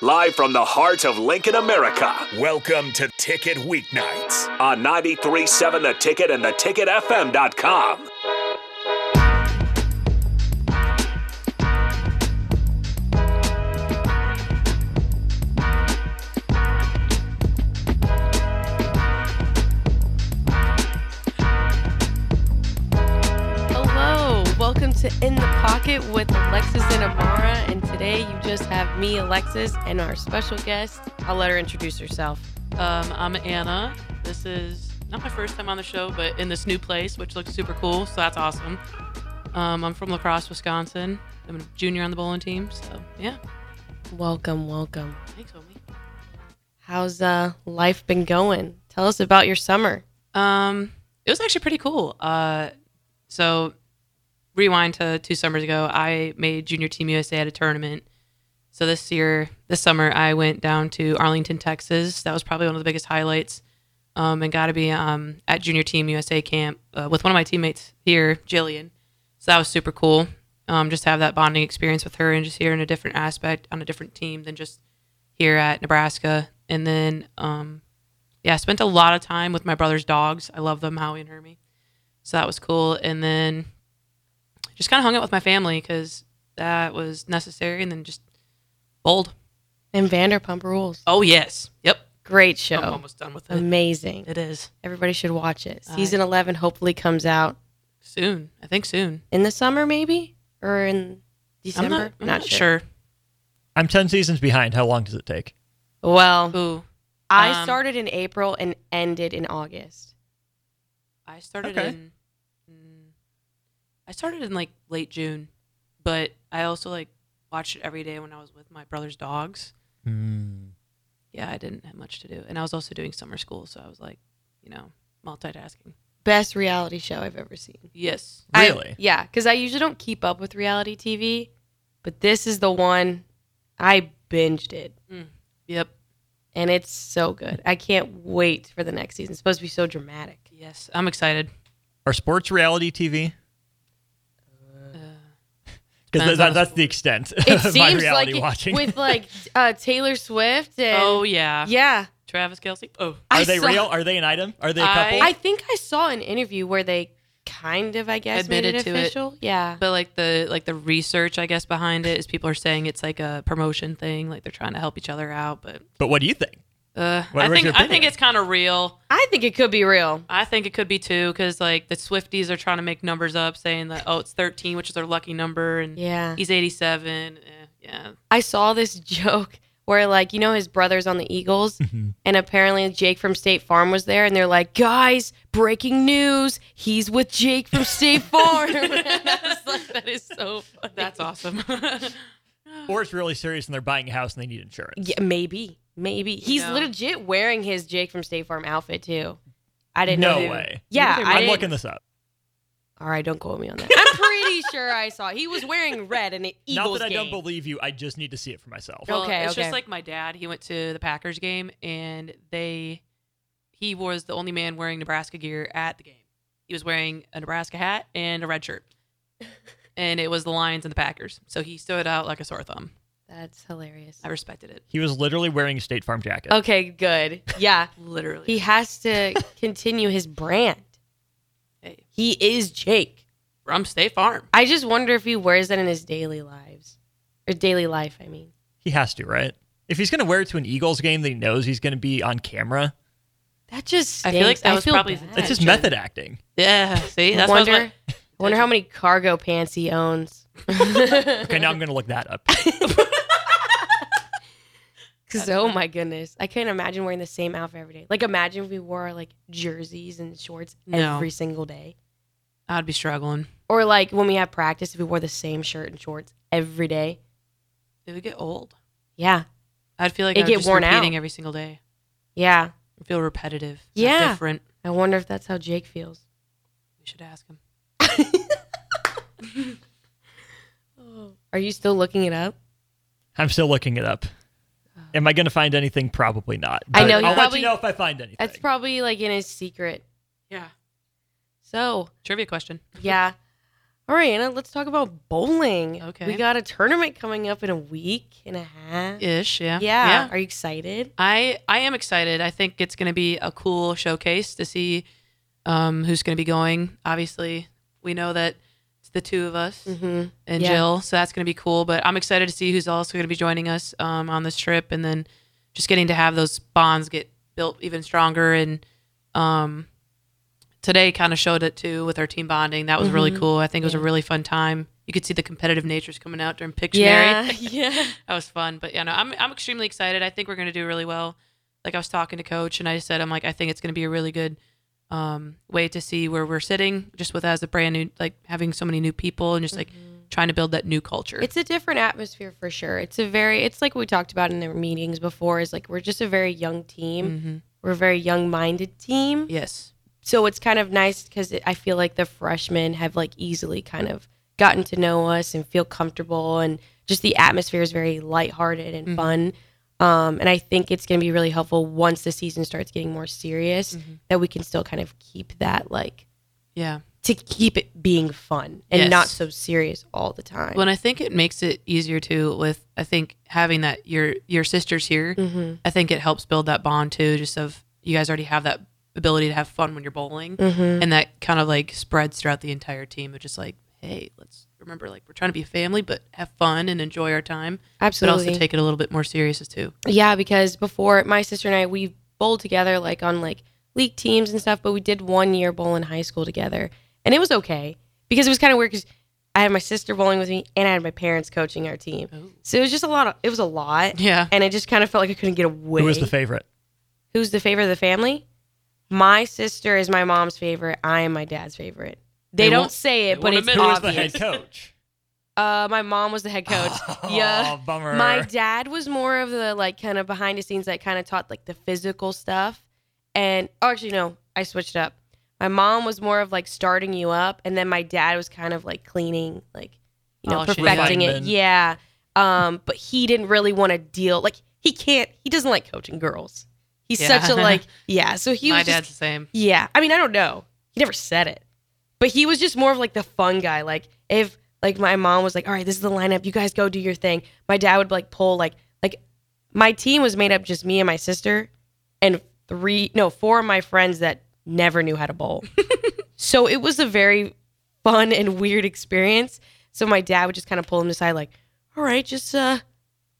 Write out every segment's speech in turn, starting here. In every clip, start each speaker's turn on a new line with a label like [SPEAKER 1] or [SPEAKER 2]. [SPEAKER 1] live from the heart of Lincoln, America. Welcome to Ticket Weeknights on 937 The Ticket and theticketfm.com.
[SPEAKER 2] Hello, welcome to In the Pocket with Alexis and Amara. And today you just have me, Alexis, and our special guest. I'll let her introduce herself.
[SPEAKER 3] Um, I'm Anna. This is not my first time on the show, but in this new place, which looks super cool. So that's awesome. Um, I'm from Lacrosse, Wisconsin. I'm a junior on the bowling team. So yeah,
[SPEAKER 2] Welcome, welcome.
[SPEAKER 3] thanks, homie.
[SPEAKER 2] How's uh, life been going? Tell us about your summer.
[SPEAKER 3] Um, it was actually pretty cool. Uh, so rewind to two summers ago, I made junior team USA at a tournament. So this year, this summer, I went down to Arlington, Texas. That was probably one of the biggest highlights. Um, and got to be um, at junior team USA camp uh, with one of my teammates here, Jillian. So that was super cool. Um, just to have that bonding experience with her and just here in a different aspect on a different team than just here at Nebraska. And then, um, yeah, I spent a lot of time with my brother's dogs. I love them, Howie and Hermie. So that was cool. And then just kind of hung out with my family because that was necessary. And then just bold.
[SPEAKER 2] And Vanderpump Rules.
[SPEAKER 3] Oh, yes. Yep. Um,
[SPEAKER 2] Great show.
[SPEAKER 3] I'm almost done with it.
[SPEAKER 2] Amazing.
[SPEAKER 3] It is
[SPEAKER 2] Everybody should watch it.
[SPEAKER 3] Aye.
[SPEAKER 2] Season 11 hopefully comes out
[SPEAKER 3] soon. I think soon.
[SPEAKER 2] in the summer, maybe? Or in December?
[SPEAKER 3] I'm not, I'm not sure.
[SPEAKER 4] I'm 10 seasons behind. How long does it take?
[SPEAKER 2] Well,
[SPEAKER 3] Ooh.
[SPEAKER 2] I
[SPEAKER 3] Um,
[SPEAKER 2] started in April and ended in August.
[SPEAKER 3] I started
[SPEAKER 4] Okay.
[SPEAKER 3] in mm, I started in like late June, but I also like watched it every day when I was with my brother's dogs.
[SPEAKER 1] Hmm.
[SPEAKER 4] Mm.
[SPEAKER 3] Yeah, I didn't have much to do. And I was also doing summer school, so I was like, you know, multitasking.
[SPEAKER 2] Best reality show I've ever seen.
[SPEAKER 3] Yes.
[SPEAKER 2] I-
[SPEAKER 4] Really?
[SPEAKER 2] yeah, because I usually don't keep up with reality TV, but this is the one I binged it,
[SPEAKER 3] Yep.
[SPEAKER 2] and it's so good. I can't wait for the next season. It's supposed to be so dramatic.
[SPEAKER 3] Yes. I'm excited.
[SPEAKER 4] Are sports reality TV? Because
[SPEAKER 3] Depends on
[SPEAKER 4] that,
[SPEAKER 3] the
[SPEAKER 4] that's the extent
[SPEAKER 2] Uh, It
[SPEAKER 4] of my
[SPEAKER 2] seems like
[SPEAKER 4] reality
[SPEAKER 2] it-
[SPEAKER 4] watching.
[SPEAKER 2] with like uh, Taylor Swift and
[SPEAKER 3] Oh yeah.
[SPEAKER 2] yeah,
[SPEAKER 3] Travis Kelsey. Oh.
[SPEAKER 2] I
[SPEAKER 4] Are they
[SPEAKER 2] saw-
[SPEAKER 4] real? Are they an item? Are they a
[SPEAKER 3] I-
[SPEAKER 4] couple?
[SPEAKER 2] I think I saw an interview where they kind of, I guess, made
[SPEAKER 3] Admitted
[SPEAKER 2] it
[SPEAKER 3] to it.
[SPEAKER 2] official. Yeah,
[SPEAKER 3] But like the like the research I guess behind it is people are saying it's like a promotion thing, like they're trying to help each other out, but
[SPEAKER 4] but what do you think?
[SPEAKER 3] uh,
[SPEAKER 4] What-
[SPEAKER 3] I
[SPEAKER 4] what's
[SPEAKER 3] think
[SPEAKER 4] your
[SPEAKER 3] I think
[SPEAKER 4] opinion?
[SPEAKER 3] it's kind of real.
[SPEAKER 2] I think it could be real.
[SPEAKER 3] I think it could be two because like the Swifties are trying to make numbers up, saying that oh it's 13, which is their lucky number, and
[SPEAKER 2] Yeah.
[SPEAKER 3] he's 87. Eh, yeah,
[SPEAKER 2] I saw this joke where like you know his brother's on the Eagles
[SPEAKER 4] Mm-hmm.
[SPEAKER 2] and apparently Jake from State Farm was there and they're like guys breaking news he's with Jake from State Farm And I was like that is so funny.
[SPEAKER 3] that's awesome.
[SPEAKER 4] Or it's really serious and they're buying a house and they need insurance.
[SPEAKER 2] yeah maybe maybe he's
[SPEAKER 3] Yeah.
[SPEAKER 2] legit wearing his Jake from State Farm outfit too I didn't
[SPEAKER 4] No
[SPEAKER 2] know who-
[SPEAKER 4] way.
[SPEAKER 2] yeah
[SPEAKER 4] I'm
[SPEAKER 2] I didn't-
[SPEAKER 4] looking this up.
[SPEAKER 2] all right don't quote me on that I'm pretty sure I saw he was wearing red and an Eagles
[SPEAKER 4] Not that I don't
[SPEAKER 2] game.
[SPEAKER 4] believe you. I just need to see it for myself.
[SPEAKER 3] Well,
[SPEAKER 2] Okay,
[SPEAKER 3] it's
[SPEAKER 2] okay.
[SPEAKER 3] just like my dad. He went to the Packers game, and they he was the only man wearing Nebraska gear at the game. He was wearing a Nebraska hat and a red shirt, and it was the Lions and the Packers. So he stood out like a sore thumb.
[SPEAKER 2] that's hilarious
[SPEAKER 3] I respected it,
[SPEAKER 4] He was literally wearing a State Farm jacket.
[SPEAKER 2] okay good yeah
[SPEAKER 3] literally.
[SPEAKER 2] He has to continue his brand.
[SPEAKER 3] Hey.
[SPEAKER 2] He is Jake.
[SPEAKER 3] from State Farm.
[SPEAKER 2] I just wonder if he wears that in his daily lives or daily life. I mean,
[SPEAKER 4] He has to, right? If he's going to wear it to an Eagles game that he knows he's going to be on camera,
[SPEAKER 2] that just stinks.
[SPEAKER 3] I feel like that was probably his
[SPEAKER 2] bad.
[SPEAKER 3] intent.
[SPEAKER 4] it's just
[SPEAKER 3] true.
[SPEAKER 4] method acting.
[SPEAKER 3] Yeah, see,
[SPEAKER 2] I
[SPEAKER 3] that's what I was
[SPEAKER 2] wonder,
[SPEAKER 3] like-
[SPEAKER 2] I wonder how many cargo pants he owns.
[SPEAKER 4] Okay, now I'm going to look that up.
[SPEAKER 2] Because oh my goodness, I can't imagine wearing the same outfit every day. Like imagine if we wore like jerseys and shorts
[SPEAKER 3] No.
[SPEAKER 2] every single day,
[SPEAKER 3] I'd be struggling.
[SPEAKER 2] or like when we had practice, if we wore the same shirt and shorts every day.
[SPEAKER 3] It would get old.
[SPEAKER 2] Yeah,
[SPEAKER 3] I'd feel like
[SPEAKER 2] It'd
[SPEAKER 3] I'd
[SPEAKER 2] get
[SPEAKER 3] just
[SPEAKER 2] worn
[SPEAKER 3] repeating
[SPEAKER 2] out.
[SPEAKER 3] every single day.
[SPEAKER 2] yeah.
[SPEAKER 3] I feel repetitive. not
[SPEAKER 2] Yeah.
[SPEAKER 3] different.
[SPEAKER 2] I wonder if that's how Jake feels.
[SPEAKER 3] We should ask him.
[SPEAKER 2] Are you still looking it up?
[SPEAKER 4] I'm still looking it up. Am I going to find anything? Probably not.
[SPEAKER 2] I know,
[SPEAKER 4] But
[SPEAKER 2] you
[SPEAKER 4] I'll let
[SPEAKER 2] probably-
[SPEAKER 4] you know if I find anything.
[SPEAKER 2] That's probably like in his secret.
[SPEAKER 3] Yeah.
[SPEAKER 2] So,
[SPEAKER 3] Trivia question.
[SPEAKER 2] yeah. All right, Anna, let's talk about bowling.
[SPEAKER 3] Okay.
[SPEAKER 2] We got a tournament coming up in a week and a half.
[SPEAKER 3] ish. Yeah.
[SPEAKER 2] yeah. Are you excited?
[SPEAKER 3] I I am excited. I think it's going to be a cool showcase to see um, who's going to be going. Obviously, we know that it's the two of us
[SPEAKER 2] Mm-hmm.
[SPEAKER 3] and
[SPEAKER 2] Yeah.
[SPEAKER 3] Jill, so that's going to be cool. But I'm excited to see who's also going to be joining us um, on this trip, and then just getting to have those bonds get built even stronger. And um, today kind of showed it too with our team bonding. That was
[SPEAKER 2] Mm-hmm.
[SPEAKER 3] really cool. I think it was a really fun time. You could see the competitive natures coming out during Pictionary
[SPEAKER 2] Yeah. yeah.
[SPEAKER 3] that was fun. But yeah, no, I'm I'm extremely excited. I think we're gonna do really well. Like I was talking to coach, and I said I'm like I think it's gonna be a really good um, way to see where we're sitting, just with as a brand new like having so many new people and just like trying to build that new culture.
[SPEAKER 2] It's a different atmosphere for sure. It's a very, it's like we talked about in the meetings before is like we're just a very young team. We're a very young minded team.
[SPEAKER 3] yes,
[SPEAKER 2] So it's kind of nice because I feel like the freshmen have like easily kind of gotten to know us and feel comfortable. And just the atmosphere is very lighthearted and fun. Um, and I think it's going to be really helpful once the season starts getting more serious that we can still kind of keep that like
[SPEAKER 3] yeah.
[SPEAKER 2] to keep it being fun and
[SPEAKER 3] Yes.
[SPEAKER 2] not so serious all the time.
[SPEAKER 3] Well, and I think it makes it easier too. With I think having that your your sisters here, I think it helps build that bond too. Just of you guys already have that ability to have fun when you're bowling, and that kind of like spreads throughout the entire team. Of just like, hey, let's remember like we're trying to be a family, but have fun and enjoy our time,
[SPEAKER 2] Absolutely.
[SPEAKER 3] but also take it a little bit more serious as too.
[SPEAKER 2] Yeah, because before my sister and I we bowled together like on like league teams and stuff, but we did one year bowl in high school together, and it was okay because it was kind of weird because I had my sister bowling with me and I had my parents coaching our team,
[SPEAKER 4] Oh.
[SPEAKER 2] so it was just a lot. Of, it was a lot,
[SPEAKER 3] Yeah,
[SPEAKER 2] and I just kind of felt like I couldn't get away.
[SPEAKER 4] Who was the favorite?
[SPEAKER 2] Who's the favorite of the family? My sister is my mom's favorite. I am my dad's favorite. They,
[SPEAKER 3] They
[SPEAKER 2] don't
[SPEAKER 3] won't-
[SPEAKER 2] say it,
[SPEAKER 3] they
[SPEAKER 2] but
[SPEAKER 3] won't
[SPEAKER 2] it's
[SPEAKER 3] admit
[SPEAKER 4] Who was the
[SPEAKER 2] obvious.
[SPEAKER 4] head coach?
[SPEAKER 2] Uh, my mom was the head coach. yeah,
[SPEAKER 4] Oh, bummer.
[SPEAKER 2] my dad was more of the like kind of behind the scenes that kind of taught like the physical stuff. And oh, actually, no, I switched it up. My mom was more of like starting you up, and then my dad was kind of like cleaning, like you know,
[SPEAKER 3] Polishing.
[SPEAKER 2] perfecting it.
[SPEAKER 4] Refinement.
[SPEAKER 2] Yeah. Um, but he didn't really want to deal. Like he can't. He doesn't like coaching girls. He's
[SPEAKER 3] Yeah.
[SPEAKER 2] such a like yeah. So he
[SPEAKER 3] my
[SPEAKER 2] was
[SPEAKER 3] dad's
[SPEAKER 2] just
[SPEAKER 3] the same.
[SPEAKER 2] yeah. I mean, I don't know. He never said it. But he was just more of like the fun guy. Like if like my mom was like, "All right, this is the lineup. You guys go do your thing." My dad would like pull like like my team was made up just me and my sister and three no, four of my friends that never knew how to bowl. so it was a very fun and weird experience. So my dad would just kind of pull him aside like, "All right, just uh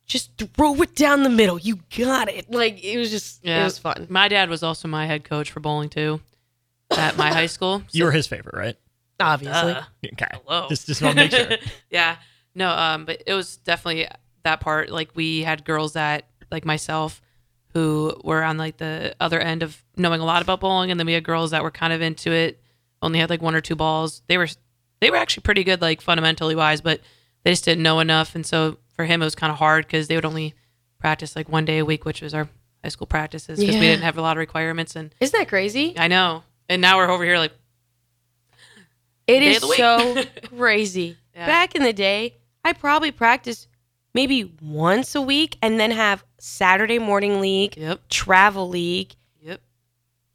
[SPEAKER 2] just throw it down the middle. You got it." Like it was just it
[SPEAKER 3] Yeah.
[SPEAKER 2] was fun.
[SPEAKER 3] My dad was also my head coach for bowling too, at my high school.
[SPEAKER 4] You were his favorite, right?
[SPEAKER 2] Obviously.
[SPEAKER 3] Duh.
[SPEAKER 4] Okay.
[SPEAKER 3] Hello.
[SPEAKER 4] Just, just want to make sure.
[SPEAKER 3] yeah. No, um, but it was definitely that part. Like we had girls that like myself who were on like the other end of knowing a lot about bowling and then we had girls that were kind of into it, only had like one or two balls. They were they were actually pretty good like fundamentally wise, but they just didn't know enough and so for him it was kind of hard cuz they would only practice like one day a week, which was our high school practices because
[SPEAKER 2] Yeah.
[SPEAKER 3] we didn't have a lot of requirements and
[SPEAKER 2] Isn't that crazy?
[SPEAKER 3] I know. And now we're over here like
[SPEAKER 2] It
[SPEAKER 3] Day of
[SPEAKER 2] is
[SPEAKER 3] the week.
[SPEAKER 2] so crazy.
[SPEAKER 3] Yeah.
[SPEAKER 2] Back in the day, I probably practiced maybe once a week and then have Saturday morning league,
[SPEAKER 3] yep,
[SPEAKER 2] travel league,
[SPEAKER 3] yep.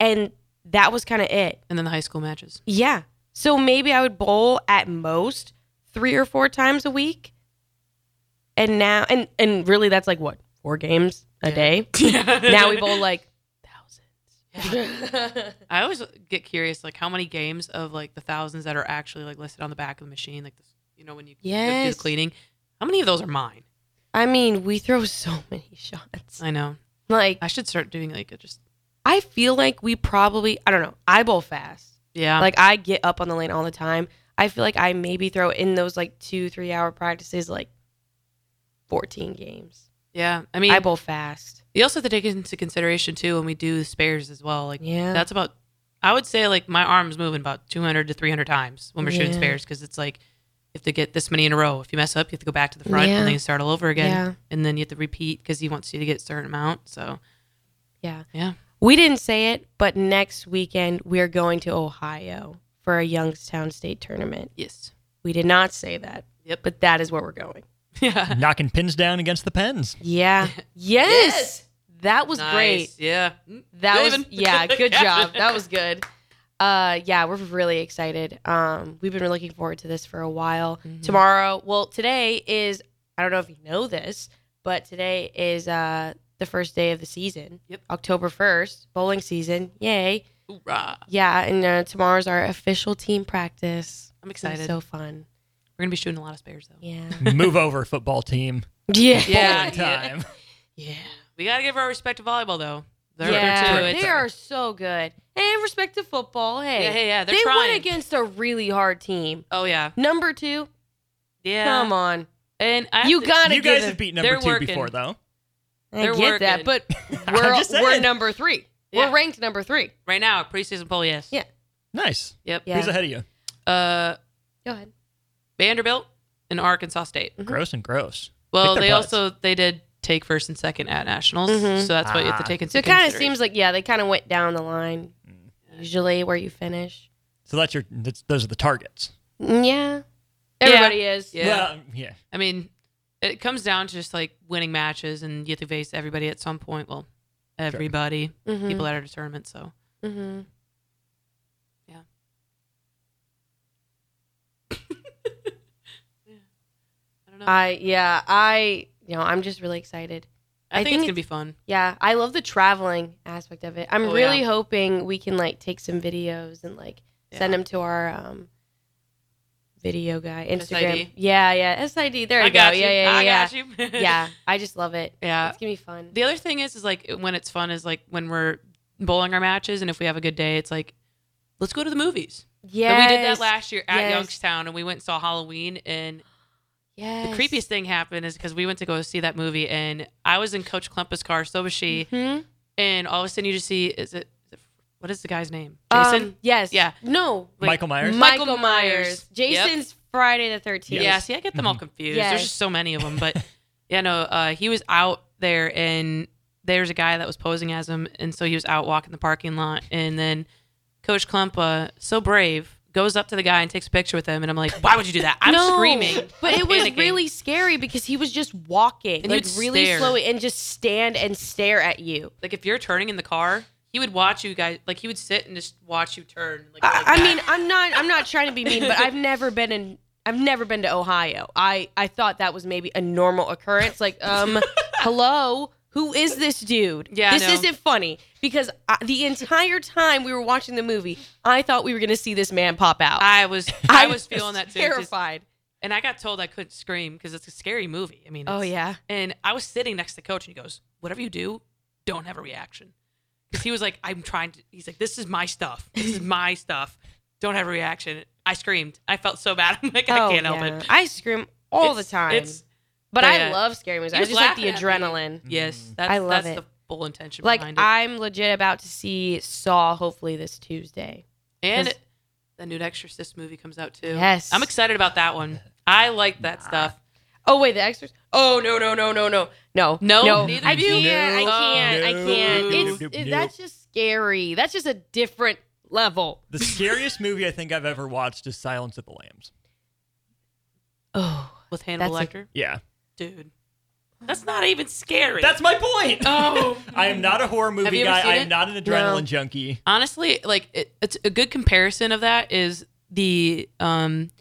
[SPEAKER 2] and that was kind of it.
[SPEAKER 3] And then the high school matches.
[SPEAKER 2] Yeah. So maybe I would bowl at most three or four times a week. And now and and really that's like what? Four games a
[SPEAKER 3] Yeah.
[SPEAKER 2] day. now we bowl like thousands.
[SPEAKER 3] I always get curious, like how many games of like the thousands that are actually like listed on the back of the machine, like this, you know, when you do
[SPEAKER 2] Yes.
[SPEAKER 3] the cleaning, how many of those are mine?
[SPEAKER 2] I mean, we throw so many shots.
[SPEAKER 3] I know.
[SPEAKER 2] Like
[SPEAKER 3] I should start doing like a just
[SPEAKER 2] I feel like we probably I don't know. I bowl fast.
[SPEAKER 3] yeah,
[SPEAKER 2] Like I get up on the lane all the time. I feel like I maybe throw in those like two three hour practices like fourteen games.
[SPEAKER 3] yeah. I mean,
[SPEAKER 2] I bowl fast.
[SPEAKER 3] you also have to take into consideration too when we do the spares as well. Like
[SPEAKER 2] Yeah.
[SPEAKER 3] that's about. I would say like my arm's moving about 200 to 300 times when we're shooting
[SPEAKER 2] Yeah.
[SPEAKER 3] spares because it's like you have to get this many in a row. If you mess up, you have to go back to the front
[SPEAKER 2] Yeah.
[SPEAKER 3] and then you start all over again.
[SPEAKER 2] Yeah.
[SPEAKER 3] And then you have to repeat because he wants you to get a certain amount. So
[SPEAKER 2] Yeah.
[SPEAKER 3] yeah,
[SPEAKER 2] We didn't say it, but next weekend we're going to Ohio for a Youngstown State tournament.
[SPEAKER 3] yes,
[SPEAKER 2] We did not say that.
[SPEAKER 3] Yep.
[SPEAKER 2] But that is where we're going.
[SPEAKER 3] yeah,
[SPEAKER 4] Knocking pins down against the pens.
[SPEAKER 2] Yeah. yes. That was great.
[SPEAKER 3] Nice. Yeah. Mm.
[SPEAKER 2] That
[SPEAKER 3] Good
[SPEAKER 2] was
[SPEAKER 3] even.
[SPEAKER 2] yeah, good job. That was good. Uh, yeah, we're really excited. Um, we've been looking forward to this for a while.
[SPEAKER 3] Mm-hmm.
[SPEAKER 2] Tomorrow, well, today is I don't know if you know this, but today is uh the first day of the season.
[SPEAKER 3] Yep.
[SPEAKER 2] October first, bowling season. Yay!
[SPEAKER 3] Hoorah.
[SPEAKER 2] Yeah, and uh, tomorrow's our official team practice.
[SPEAKER 3] I'm
[SPEAKER 2] It's gonna be
[SPEAKER 3] excited.
[SPEAKER 2] So fun.
[SPEAKER 3] We're gonna be shooting a lot of spares though.
[SPEAKER 2] Yeah.
[SPEAKER 4] Move over, football team.
[SPEAKER 2] yeah.
[SPEAKER 3] Yeah,
[SPEAKER 4] Bowling time.
[SPEAKER 3] Yeah. We gotta give our respect to volleyball though. They're
[SPEAKER 2] yeah,
[SPEAKER 3] they're too.
[SPEAKER 2] they are so good. And respect to football. Hey,
[SPEAKER 3] Yeah, hey, yeah, they're
[SPEAKER 2] they
[SPEAKER 3] trying.
[SPEAKER 2] went against a really hard team.
[SPEAKER 3] Oh yeah.
[SPEAKER 2] Number two,
[SPEAKER 3] Yeah.
[SPEAKER 2] come on,
[SPEAKER 3] And I
[SPEAKER 2] you gotta
[SPEAKER 4] You
[SPEAKER 2] give
[SPEAKER 4] guys
[SPEAKER 2] it-
[SPEAKER 4] have beat number
[SPEAKER 3] they're
[SPEAKER 4] two
[SPEAKER 3] working.
[SPEAKER 4] before, though.
[SPEAKER 2] I
[SPEAKER 3] they're
[SPEAKER 2] get that, but
[SPEAKER 3] working.
[SPEAKER 2] we're
[SPEAKER 4] I'm just
[SPEAKER 2] we're
[SPEAKER 4] saying.
[SPEAKER 2] number three.
[SPEAKER 3] Yeah.
[SPEAKER 2] We're ranked number three.
[SPEAKER 3] right now preseason poll yes.
[SPEAKER 2] Yeah.
[SPEAKER 4] Nice.
[SPEAKER 3] Yep.
[SPEAKER 2] Yeah. Mm-hmm.
[SPEAKER 4] Who's ahead of you?
[SPEAKER 3] Uh,
[SPEAKER 2] Go ahead.
[SPEAKER 3] Vanderbilt and Arkansas
[SPEAKER 2] Mm.
[SPEAKER 3] State.
[SPEAKER 4] Gross and gross.
[SPEAKER 3] Well,
[SPEAKER 4] Kick their
[SPEAKER 3] they
[SPEAKER 4] butts.
[SPEAKER 3] also they did take first and second at nationals, so that's what you have to
[SPEAKER 4] Ah.
[SPEAKER 3] take into
[SPEAKER 2] Mm-hmm. So it kind of
[SPEAKER 3] consideration.
[SPEAKER 2] seems like yeah, they kind of went down the line.
[SPEAKER 3] Mm.
[SPEAKER 2] Usually where you finish.
[SPEAKER 4] So that's your. That's, those are the targets.
[SPEAKER 2] Mm, Yeah, everybody is.
[SPEAKER 3] Yeah.
[SPEAKER 4] Well, um, yeah.
[SPEAKER 3] I mean, it comes down to just like winning matches, and you have to face everybody at some point. Well, everybody,
[SPEAKER 2] Mhm.
[SPEAKER 3] people that are at a tournament. So
[SPEAKER 2] hmm
[SPEAKER 3] I don't know. I,
[SPEAKER 2] I yeah I you know I'm just really excited. I
[SPEAKER 3] think,
[SPEAKER 2] think
[SPEAKER 3] it's gonna be fun.
[SPEAKER 2] Yeah, I love the traveling aspect of it. I'm
[SPEAKER 3] Oh,
[SPEAKER 2] really
[SPEAKER 3] yeah.
[SPEAKER 2] hoping we can like take some videos and like send them to our um video guy Instagram.
[SPEAKER 3] SID.
[SPEAKER 2] Yeah, yeah, SID. There you
[SPEAKER 3] I
[SPEAKER 2] go.
[SPEAKER 3] got you.
[SPEAKER 2] Yeah, yeah, yeah.
[SPEAKER 3] I
[SPEAKER 2] yeah.
[SPEAKER 3] got you.
[SPEAKER 2] yeah, I just love it.
[SPEAKER 3] Yeah.
[SPEAKER 2] It's gonna be fun.
[SPEAKER 3] The other thing is, is like when it's fun is like when we're bowling our matches, and if we have a good day, it's like let's go to the movies.
[SPEAKER 2] Yeah,
[SPEAKER 3] And we did that last year at
[SPEAKER 2] Yes.
[SPEAKER 3] Youngstown, and we went and saw Halloween. And
[SPEAKER 2] Yes.
[SPEAKER 3] the creepiest thing happened is because we went to go see that movie, and I was in Coach Klumpa's car, so was she.
[SPEAKER 2] Hmm?
[SPEAKER 3] And all of a sudden, you just see is it is it- what is the guy's name?
[SPEAKER 2] Um,
[SPEAKER 3] Jason.
[SPEAKER 2] yes.
[SPEAKER 3] Yeah.
[SPEAKER 2] No.
[SPEAKER 3] Wait.
[SPEAKER 4] Michael Myers.
[SPEAKER 2] Michael,
[SPEAKER 3] Michael
[SPEAKER 2] Myers.
[SPEAKER 3] Myers.
[SPEAKER 2] Jason's Friday the Thirteenth.
[SPEAKER 3] Yeah, see, I get them all confused.
[SPEAKER 2] Mm-hmm. Yes.
[SPEAKER 3] There's just so many of them. But yeah, no, uh, he was out there, and there's a guy that was posing as him, and so he was out walking the parking lot, and then Coach Klumpa, so brave, goes up to the guy and takes a picture with him, and I'm like, why would you do that? I'm
[SPEAKER 2] No,
[SPEAKER 3] screaming,
[SPEAKER 2] But
[SPEAKER 3] I'm
[SPEAKER 2] it was
[SPEAKER 3] panicking.
[SPEAKER 2] really scary because he was just walking,
[SPEAKER 3] And
[SPEAKER 2] like
[SPEAKER 3] you'd
[SPEAKER 2] really
[SPEAKER 3] stare.
[SPEAKER 2] slowly, and just stand and stare at you.
[SPEAKER 3] like if you're turning in the car, he would watch you guys, like he would sit and just watch you turn. Like,
[SPEAKER 2] I,
[SPEAKER 3] like
[SPEAKER 2] I
[SPEAKER 3] that.
[SPEAKER 2] mean, I'm not. I'm not trying to be mean, but I've never been in. I've never been to Ohio. I I thought that was maybe a normal occurrence. Like, um, hello, who is this dude?
[SPEAKER 3] Yeah, I
[SPEAKER 2] this
[SPEAKER 3] know.
[SPEAKER 2] isn't funny because I, the entire time we were watching the movie, I thought we were gonna see this man pop out.
[SPEAKER 3] I was, I was feeling that too. just-
[SPEAKER 2] Terrified.
[SPEAKER 3] and I got told I couldn't scream because it's a scary movie. I mean,
[SPEAKER 2] oh
[SPEAKER 3] it's-
[SPEAKER 2] yeah.
[SPEAKER 3] And I was sitting next to the coach, and he goes, "Whatever you do, don't have a reaction," because he was like, "I'm trying to." He's like, "This is my stuff. This is my stuff. Don't have a reaction." I screamed. I felt so bad. I'm like,
[SPEAKER 2] Oh,
[SPEAKER 3] I can't
[SPEAKER 2] yeah.
[SPEAKER 3] help it.
[SPEAKER 2] I scream all
[SPEAKER 3] It's-
[SPEAKER 2] the time.
[SPEAKER 3] It's
[SPEAKER 2] but
[SPEAKER 3] but
[SPEAKER 2] I
[SPEAKER 3] yeah.
[SPEAKER 2] love scary movies.
[SPEAKER 3] He
[SPEAKER 2] I
[SPEAKER 3] was
[SPEAKER 2] just like the
[SPEAKER 3] laughing at me.
[SPEAKER 2] adrenaline.
[SPEAKER 3] yes. That's,
[SPEAKER 2] I love
[SPEAKER 3] that's
[SPEAKER 2] it.
[SPEAKER 3] the full intention
[SPEAKER 2] Like
[SPEAKER 3] behind it.
[SPEAKER 2] I'm legit about to see Saw. Hopefully this Tuesday.
[SPEAKER 3] and
[SPEAKER 2] 'cause-
[SPEAKER 3] the new Exorcist movie comes out too.
[SPEAKER 2] Yes.
[SPEAKER 3] I'm excited about that one. I like that stuff.
[SPEAKER 2] Oh wait, the Exorcist. Oh no no no no no no
[SPEAKER 3] No,
[SPEAKER 2] no.
[SPEAKER 3] neither
[SPEAKER 2] I
[SPEAKER 3] of you?
[SPEAKER 2] can't.
[SPEAKER 3] No.
[SPEAKER 2] I can't. I
[SPEAKER 4] No.
[SPEAKER 2] can't.
[SPEAKER 3] No.
[SPEAKER 2] It's
[SPEAKER 4] Nope,
[SPEAKER 2] it-
[SPEAKER 4] nope.
[SPEAKER 2] that's just scary. That's just a different level.
[SPEAKER 4] The scariest movie I think I've ever watched is Silence of the Lambs.
[SPEAKER 2] Oh,
[SPEAKER 3] With Hannibal
[SPEAKER 2] That's a-
[SPEAKER 3] Lecter,
[SPEAKER 4] Yeah.
[SPEAKER 3] dude. That's not even scary.
[SPEAKER 4] That's my point.
[SPEAKER 3] oh
[SPEAKER 4] I am not a horror
[SPEAKER 3] Have
[SPEAKER 4] movie
[SPEAKER 3] you ever
[SPEAKER 4] guy.
[SPEAKER 3] seen
[SPEAKER 4] I
[SPEAKER 3] it?
[SPEAKER 4] am not an adrenaline junkie.
[SPEAKER 3] honestly like it, it's a good comparison of that is the um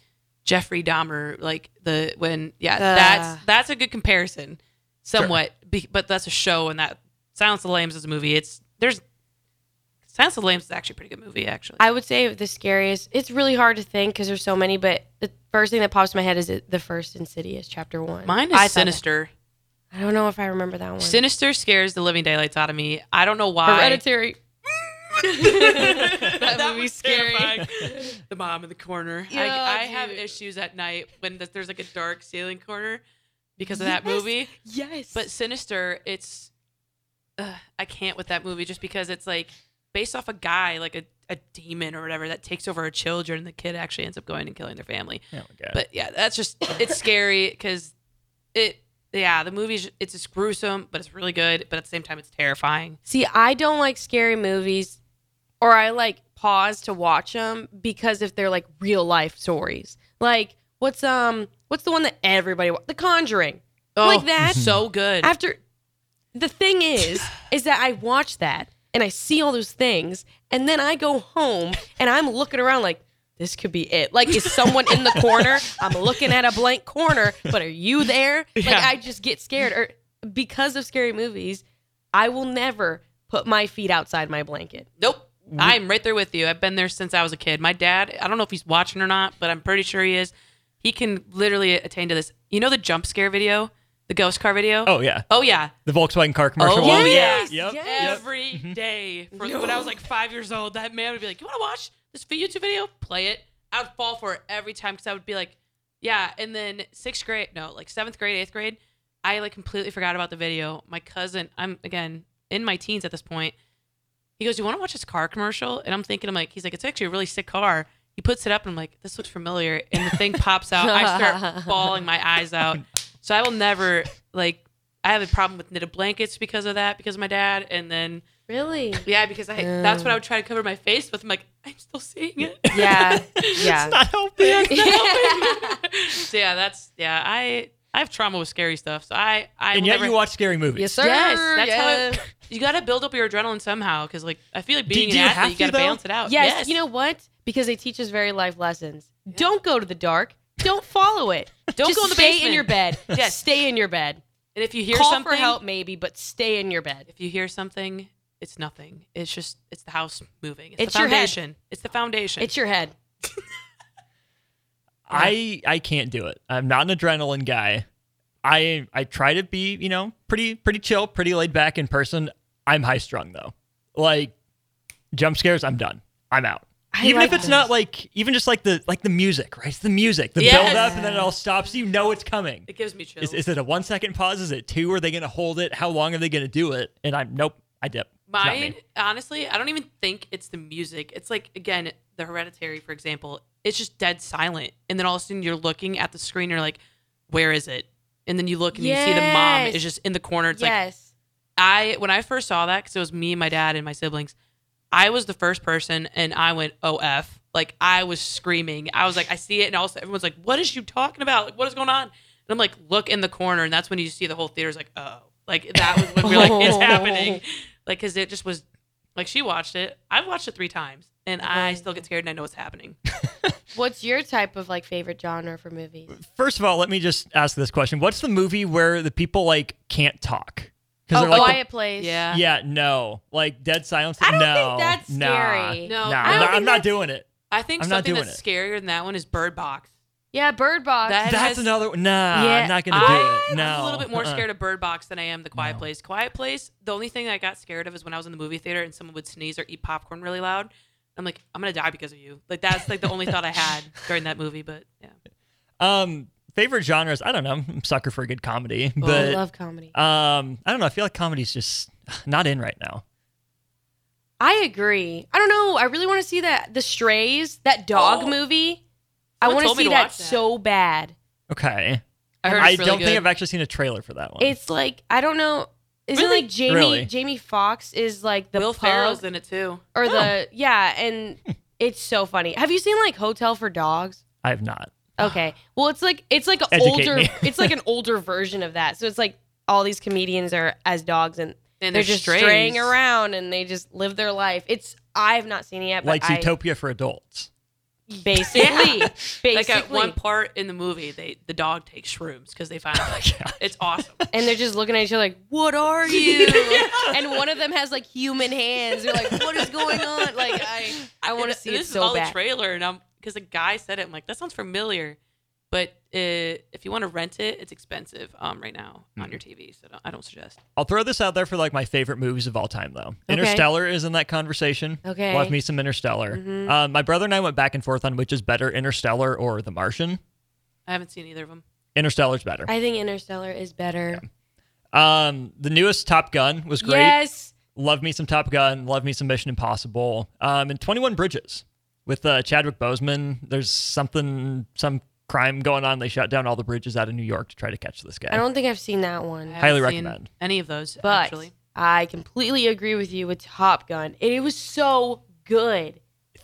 [SPEAKER 3] jeffrey dahmer like the when yeah
[SPEAKER 2] Ah.
[SPEAKER 3] that's that's a good comparison somewhat be, but that's a show and that silence of the lambs is a movie it's there's silence of the lambs is actually a pretty good movie actually
[SPEAKER 2] I would say the scariest. It's really hard to think because there's so many. But the first thing that pops in my head is it, the first Insidious chapter one.
[SPEAKER 3] mine
[SPEAKER 2] I
[SPEAKER 3] is
[SPEAKER 2] thought
[SPEAKER 3] sinister
[SPEAKER 2] that- I don't know if I remember that one.
[SPEAKER 3] sinister scares the living daylights out of me i don't know why
[SPEAKER 2] Hereditary. that,
[SPEAKER 3] That
[SPEAKER 2] movie's
[SPEAKER 3] was
[SPEAKER 2] scary.
[SPEAKER 3] terrifying. the mom in the corner.
[SPEAKER 2] Yeah,
[SPEAKER 3] I, I have
[SPEAKER 2] dude.
[SPEAKER 3] issues at night when th- there's like a dark ceiling corner because of that movie.
[SPEAKER 2] Yes.
[SPEAKER 3] But Sinister, it's uh, I can't with that movie just because it's like based off a guy like a, a demon or whatever that takes over her children and the kid actually ends up going and killing their family.
[SPEAKER 4] Oh, my God.
[SPEAKER 3] But yeah, that's just it's scary because it yeah the movie's it's just gruesome but it's really good but at the same time it's terrifying.
[SPEAKER 2] See, I don't like scary movies, or I like pause to watch them because if they're like real life stories, like what's um what's the one that everybody wa- The Conjuring,
[SPEAKER 3] Oh.
[SPEAKER 2] like that.
[SPEAKER 3] so good.
[SPEAKER 2] After the thing is, is that I watched that and I see all those things, and then I go home and I'm looking around like, this could be it. Like, is someone in the corner? I'm looking at a blank corner, but are you there? Like,
[SPEAKER 3] Yeah.
[SPEAKER 2] I just get scared. Or because of scary movies, I will never put my feet outside my blanket.
[SPEAKER 3] Nope. I'm right there with you. I've been there since I was a kid. My dad, I don't know if he's watching or not, but I'm pretty sure he is. He can literally attain to this. You know the jump scare video, the ghost car video?
[SPEAKER 4] Oh yeah,
[SPEAKER 3] Oh, yeah.
[SPEAKER 4] the Volkswagen car commercial.
[SPEAKER 3] Oh,
[SPEAKER 4] one.
[SPEAKER 3] Yes,
[SPEAKER 4] yeah. Yep.
[SPEAKER 2] yes.
[SPEAKER 3] Every day. For, When I was like five years old, that man would be like, You want to watch this vi- YouTube video? Play it. I would fall for it every time because I would be like, Yeah. And then sixth grade, no, like seventh grade, eighth grade, I like completely forgot about the video. My cousin, I'm again in my teens at this point. He goes, You want to watch this car commercial? And I'm thinking, I'm like, He's like, It's actually a really sick car. He puts it up and I'm like, This looks familiar. And the thing pops out. I start bawling my eyes out. So I will never, like, I have a problem with knitted blankets because of that, because of my dad. And then,
[SPEAKER 2] Really?
[SPEAKER 3] yeah, because I that's what I would try to cover my face with. I'm like, I'm still seeing it.
[SPEAKER 2] Yeah. Yeah.
[SPEAKER 4] Not helping.
[SPEAKER 3] so yeah, that's, yeah, I. I have trauma with scary stuff, so I I
[SPEAKER 4] And
[SPEAKER 3] will
[SPEAKER 4] yet
[SPEAKER 3] never,
[SPEAKER 4] you watch scary movies.
[SPEAKER 2] yes, sir.
[SPEAKER 3] Yes, that's
[SPEAKER 2] Yeah.
[SPEAKER 3] how it, you got to build up your adrenaline somehow. Because like I feel like being
[SPEAKER 4] do
[SPEAKER 3] an
[SPEAKER 4] you have
[SPEAKER 3] athlete, you
[SPEAKER 4] to,
[SPEAKER 3] got to
[SPEAKER 4] though?
[SPEAKER 3] balance it out.
[SPEAKER 2] Oh, Yes, You know what? Because they teach us very life lessons. Don't go to the dark. Don't follow it. Don't
[SPEAKER 3] go in the
[SPEAKER 2] stay in
[SPEAKER 3] basement.
[SPEAKER 2] your bed.
[SPEAKER 3] Yes.
[SPEAKER 2] Stay in your bed.
[SPEAKER 3] and if you hear
[SPEAKER 2] Call
[SPEAKER 3] something,
[SPEAKER 2] for help, maybe, but stay in your bed.
[SPEAKER 3] if you hear something, it's nothing. It's just it's the house moving. It's,
[SPEAKER 2] It's
[SPEAKER 3] the
[SPEAKER 2] your head.
[SPEAKER 3] foundation. It's the foundation.
[SPEAKER 2] It's your head.
[SPEAKER 4] I I can't do it. I'm not an adrenaline guy. I I try to be, you know, pretty pretty chill, pretty laid back in person. I'm high strung though. Like jump scares, I'm done. I'm out.
[SPEAKER 2] I
[SPEAKER 4] even if
[SPEAKER 2] like
[SPEAKER 4] it's
[SPEAKER 2] this.
[SPEAKER 4] not like even just like the like the music, right? It's the music, the
[SPEAKER 3] Yes.
[SPEAKER 4] build up, and then it all stops. You know it's coming.
[SPEAKER 3] it gives me chills.
[SPEAKER 4] Is, is it a one second pause? Is it two? Are they gonna hold it? How long are they gonna do it? And I'm nope. I dip. It's not me.
[SPEAKER 3] Mine, honestly, I don't even think it's the music. It's like again, the hereditary, for example. It's just dead silent, and then all of a sudden you're looking at the screen. You're like, "Where is it?" And then you look and you see the mom
[SPEAKER 2] Yes.
[SPEAKER 3] is just in the corner. It's like
[SPEAKER 2] yes.
[SPEAKER 3] I when I first saw that because it was me, my dad, and my siblings. I was the first person, and I went "OF!" Like I was screaming. I was like, I see it, and also everyone's like, "What is you talking about? Like, what is going on?" And I'm like, look in the corner, and that's when you see the whole theater's like, "Oh!" Like that was when we we're like, "It's happening!" Like because it just was. Like she watched it. I've watched it three times, and I still get scared, and I know what's happening.
[SPEAKER 2] What's your type of like favorite genre for movies?
[SPEAKER 4] First of all, let me just ask this question: What's the movie where the people like can't talk
[SPEAKER 2] oh,
[SPEAKER 4] because they're like the-
[SPEAKER 2] Quiet Place.
[SPEAKER 3] Yeah.
[SPEAKER 4] Yeah, no. Like dead silence.
[SPEAKER 2] I don't
[SPEAKER 4] no,
[SPEAKER 2] think that's
[SPEAKER 4] nah,
[SPEAKER 2] scary.
[SPEAKER 3] No, I
[SPEAKER 4] nah, I'm,
[SPEAKER 3] don't
[SPEAKER 4] not,
[SPEAKER 2] think
[SPEAKER 4] I'm not
[SPEAKER 2] that's-
[SPEAKER 4] doing it.
[SPEAKER 3] I think
[SPEAKER 4] I'm not
[SPEAKER 3] something
[SPEAKER 4] doing
[SPEAKER 3] that's
[SPEAKER 4] it.
[SPEAKER 3] scarier than that one is Bird Box.
[SPEAKER 2] Yeah, Bird Box.
[SPEAKER 3] That-
[SPEAKER 4] That's
[SPEAKER 3] has-
[SPEAKER 4] another. one. Nah,
[SPEAKER 2] Yeah,
[SPEAKER 4] I'm not gonna
[SPEAKER 3] I
[SPEAKER 4] do it. No,
[SPEAKER 3] was a little bit more
[SPEAKER 4] Uh-uh.
[SPEAKER 3] scared of Bird Box than I am The Quiet
[SPEAKER 4] No.
[SPEAKER 3] Place. Quiet Place, the only thing that I got scared of is when I was in the movie theater and someone would sneeze or eat popcorn really loud. I'm like, I'm gonna die because of you. Like that's like the only thought I had during that movie. But yeah,
[SPEAKER 4] Um, favorite genres? I don't know. I'm a sucker for a good comedy,
[SPEAKER 3] Oh,
[SPEAKER 2] I
[SPEAKER 4] but
[SPEAKER 2] love comedy.
[SPEAKER 4] um, I don't know. I feel like comedy's just not in right now.
[SPEAKER 2] I agree. I don't know. I really want to see that the Strays, that dog
[SPEAKER 3] Oh.
[SPEAKER 2] movie. I
[SPEAKER 3] Someone
[SPEAKER 2] want to
[SPEAKER 3] told me
[SPEAKER 2] see
[SPEAKER 3] to
[SPEAKER 2] that,
[SPEAKER 3] watch that.
[SPEAKER 2] so bad.
[SPEAKER 4] Okay,
[SPEAKER 3] I heard
[SPEAKER 4] I
[SPEAKER 3] it's really
[SPEAKER 4] don't
[SPEAKER 3] good.
[SPEAKER 4] think I've actually seen a trailer for that one.
[SPEAKER 2] It's like I don't know. Isn't
[SPEAKER 3] Really?
[SPEAKER 2] like Jamie
[SPEAKER 4] Really?
[SPEAKER 2] Jamie Fox is like the
[SPEAKER 3] Will
[SPEAKER 2] pug
[SPEAKER 3] Ferrell's Oh. in it too.
[SPEAKER 2] or the yeah, and it's so funny. Have you seen like Hotel for Dogs?
[SPEAKER 4] I have not.
[SPEAKER 2] Okay, well it's like it's like an
[SPEAKER 4] Educate
[SPEAKER 2] older
[SPEAKER 4] me.
[SPEAKER 2] it's like an older version of that. So it's like all these comedians are as dogs and,
[SPEAKER 3] And
[SPEAKER 2] they're
[SPEAKER 3] they're
[SPEAKER 2] just
[SPEAKER 3] strays.
[SPEAKER 2] straying around and they just live their life. It's I've not seen it yet, but
[SPEAKER 4] Like
[SPEAKER 2] I,
[SPEAKER 4] Zootopia for adults.
[SPEAKER 2] basically, basically,
[SPEAKER 3] Like at one part in the movie, they the dog takes shrooms because they find out. it's awesome.
[SPEAKER 2] and they're just looking at each other like, "What are you?" And one of them has like human hands. They're like, "What is going on?" Like I, I want to
[SPEAKER 3] And
[SPEAKER 2] see
[SPEAKER 3] this
[SPEAKER 2] it
[SPEAKER 3] is
[SPEAKER 2] so
[SPEAKER 3] all
[SPEAKER 2] bad.
[SPEAKER 3] the trailer, and I'm because the guy said it. I'm like, that sounds familiar, but uh if you want to rent it, it's expensive um, right now on
[SPEAKER 4] Mm-hmm.
[SPEAKER 3] your TV, so don't, I don't suggest.
[SPEAKER 4] I'll throw this out there for like my favorite movies of all time, though. Interstellar is in that conversation.
[SPEAKER 2] Okay. Mm-hmm.
[SPEAKER 4] love me some Interstellar. Um, my brother and I went back and forth on which is better, Interstellar or The Martian.
[SPEAKER 3] I haven't seen either of them.
[SPEAKER 4] Interstellar's better.
[SPEAKER 2] I think Interstellar is better.
[SPEAKER 4] Um, the newest Top Gun was great.
[SPEAKER 2] Yes,
[SPEAKER 4] Love me some Top Gun. Love me some Mission Impossible. Um, and Twenty One Bridges with uh, Chadwick Boseman. There's something, some crime going on. They shut down all the bridges out of New York to try to catch this guy.
[SPEAKER 2] I don't think I've seen that
[SPEAKER 3] I
[SPEAKER 2] one,
[SPEAKER 3] haven't
[SPEAKER 4] Highly
[SPEAKER 3] seen
[SPEAKER 4] recommend.
[SPEAKER 3] any of those.
[SPEAKER 2] but
[SPEAKER 3] actually,
[SPEAKER 2] I completely agree with you with Top Gun. It, it was so good.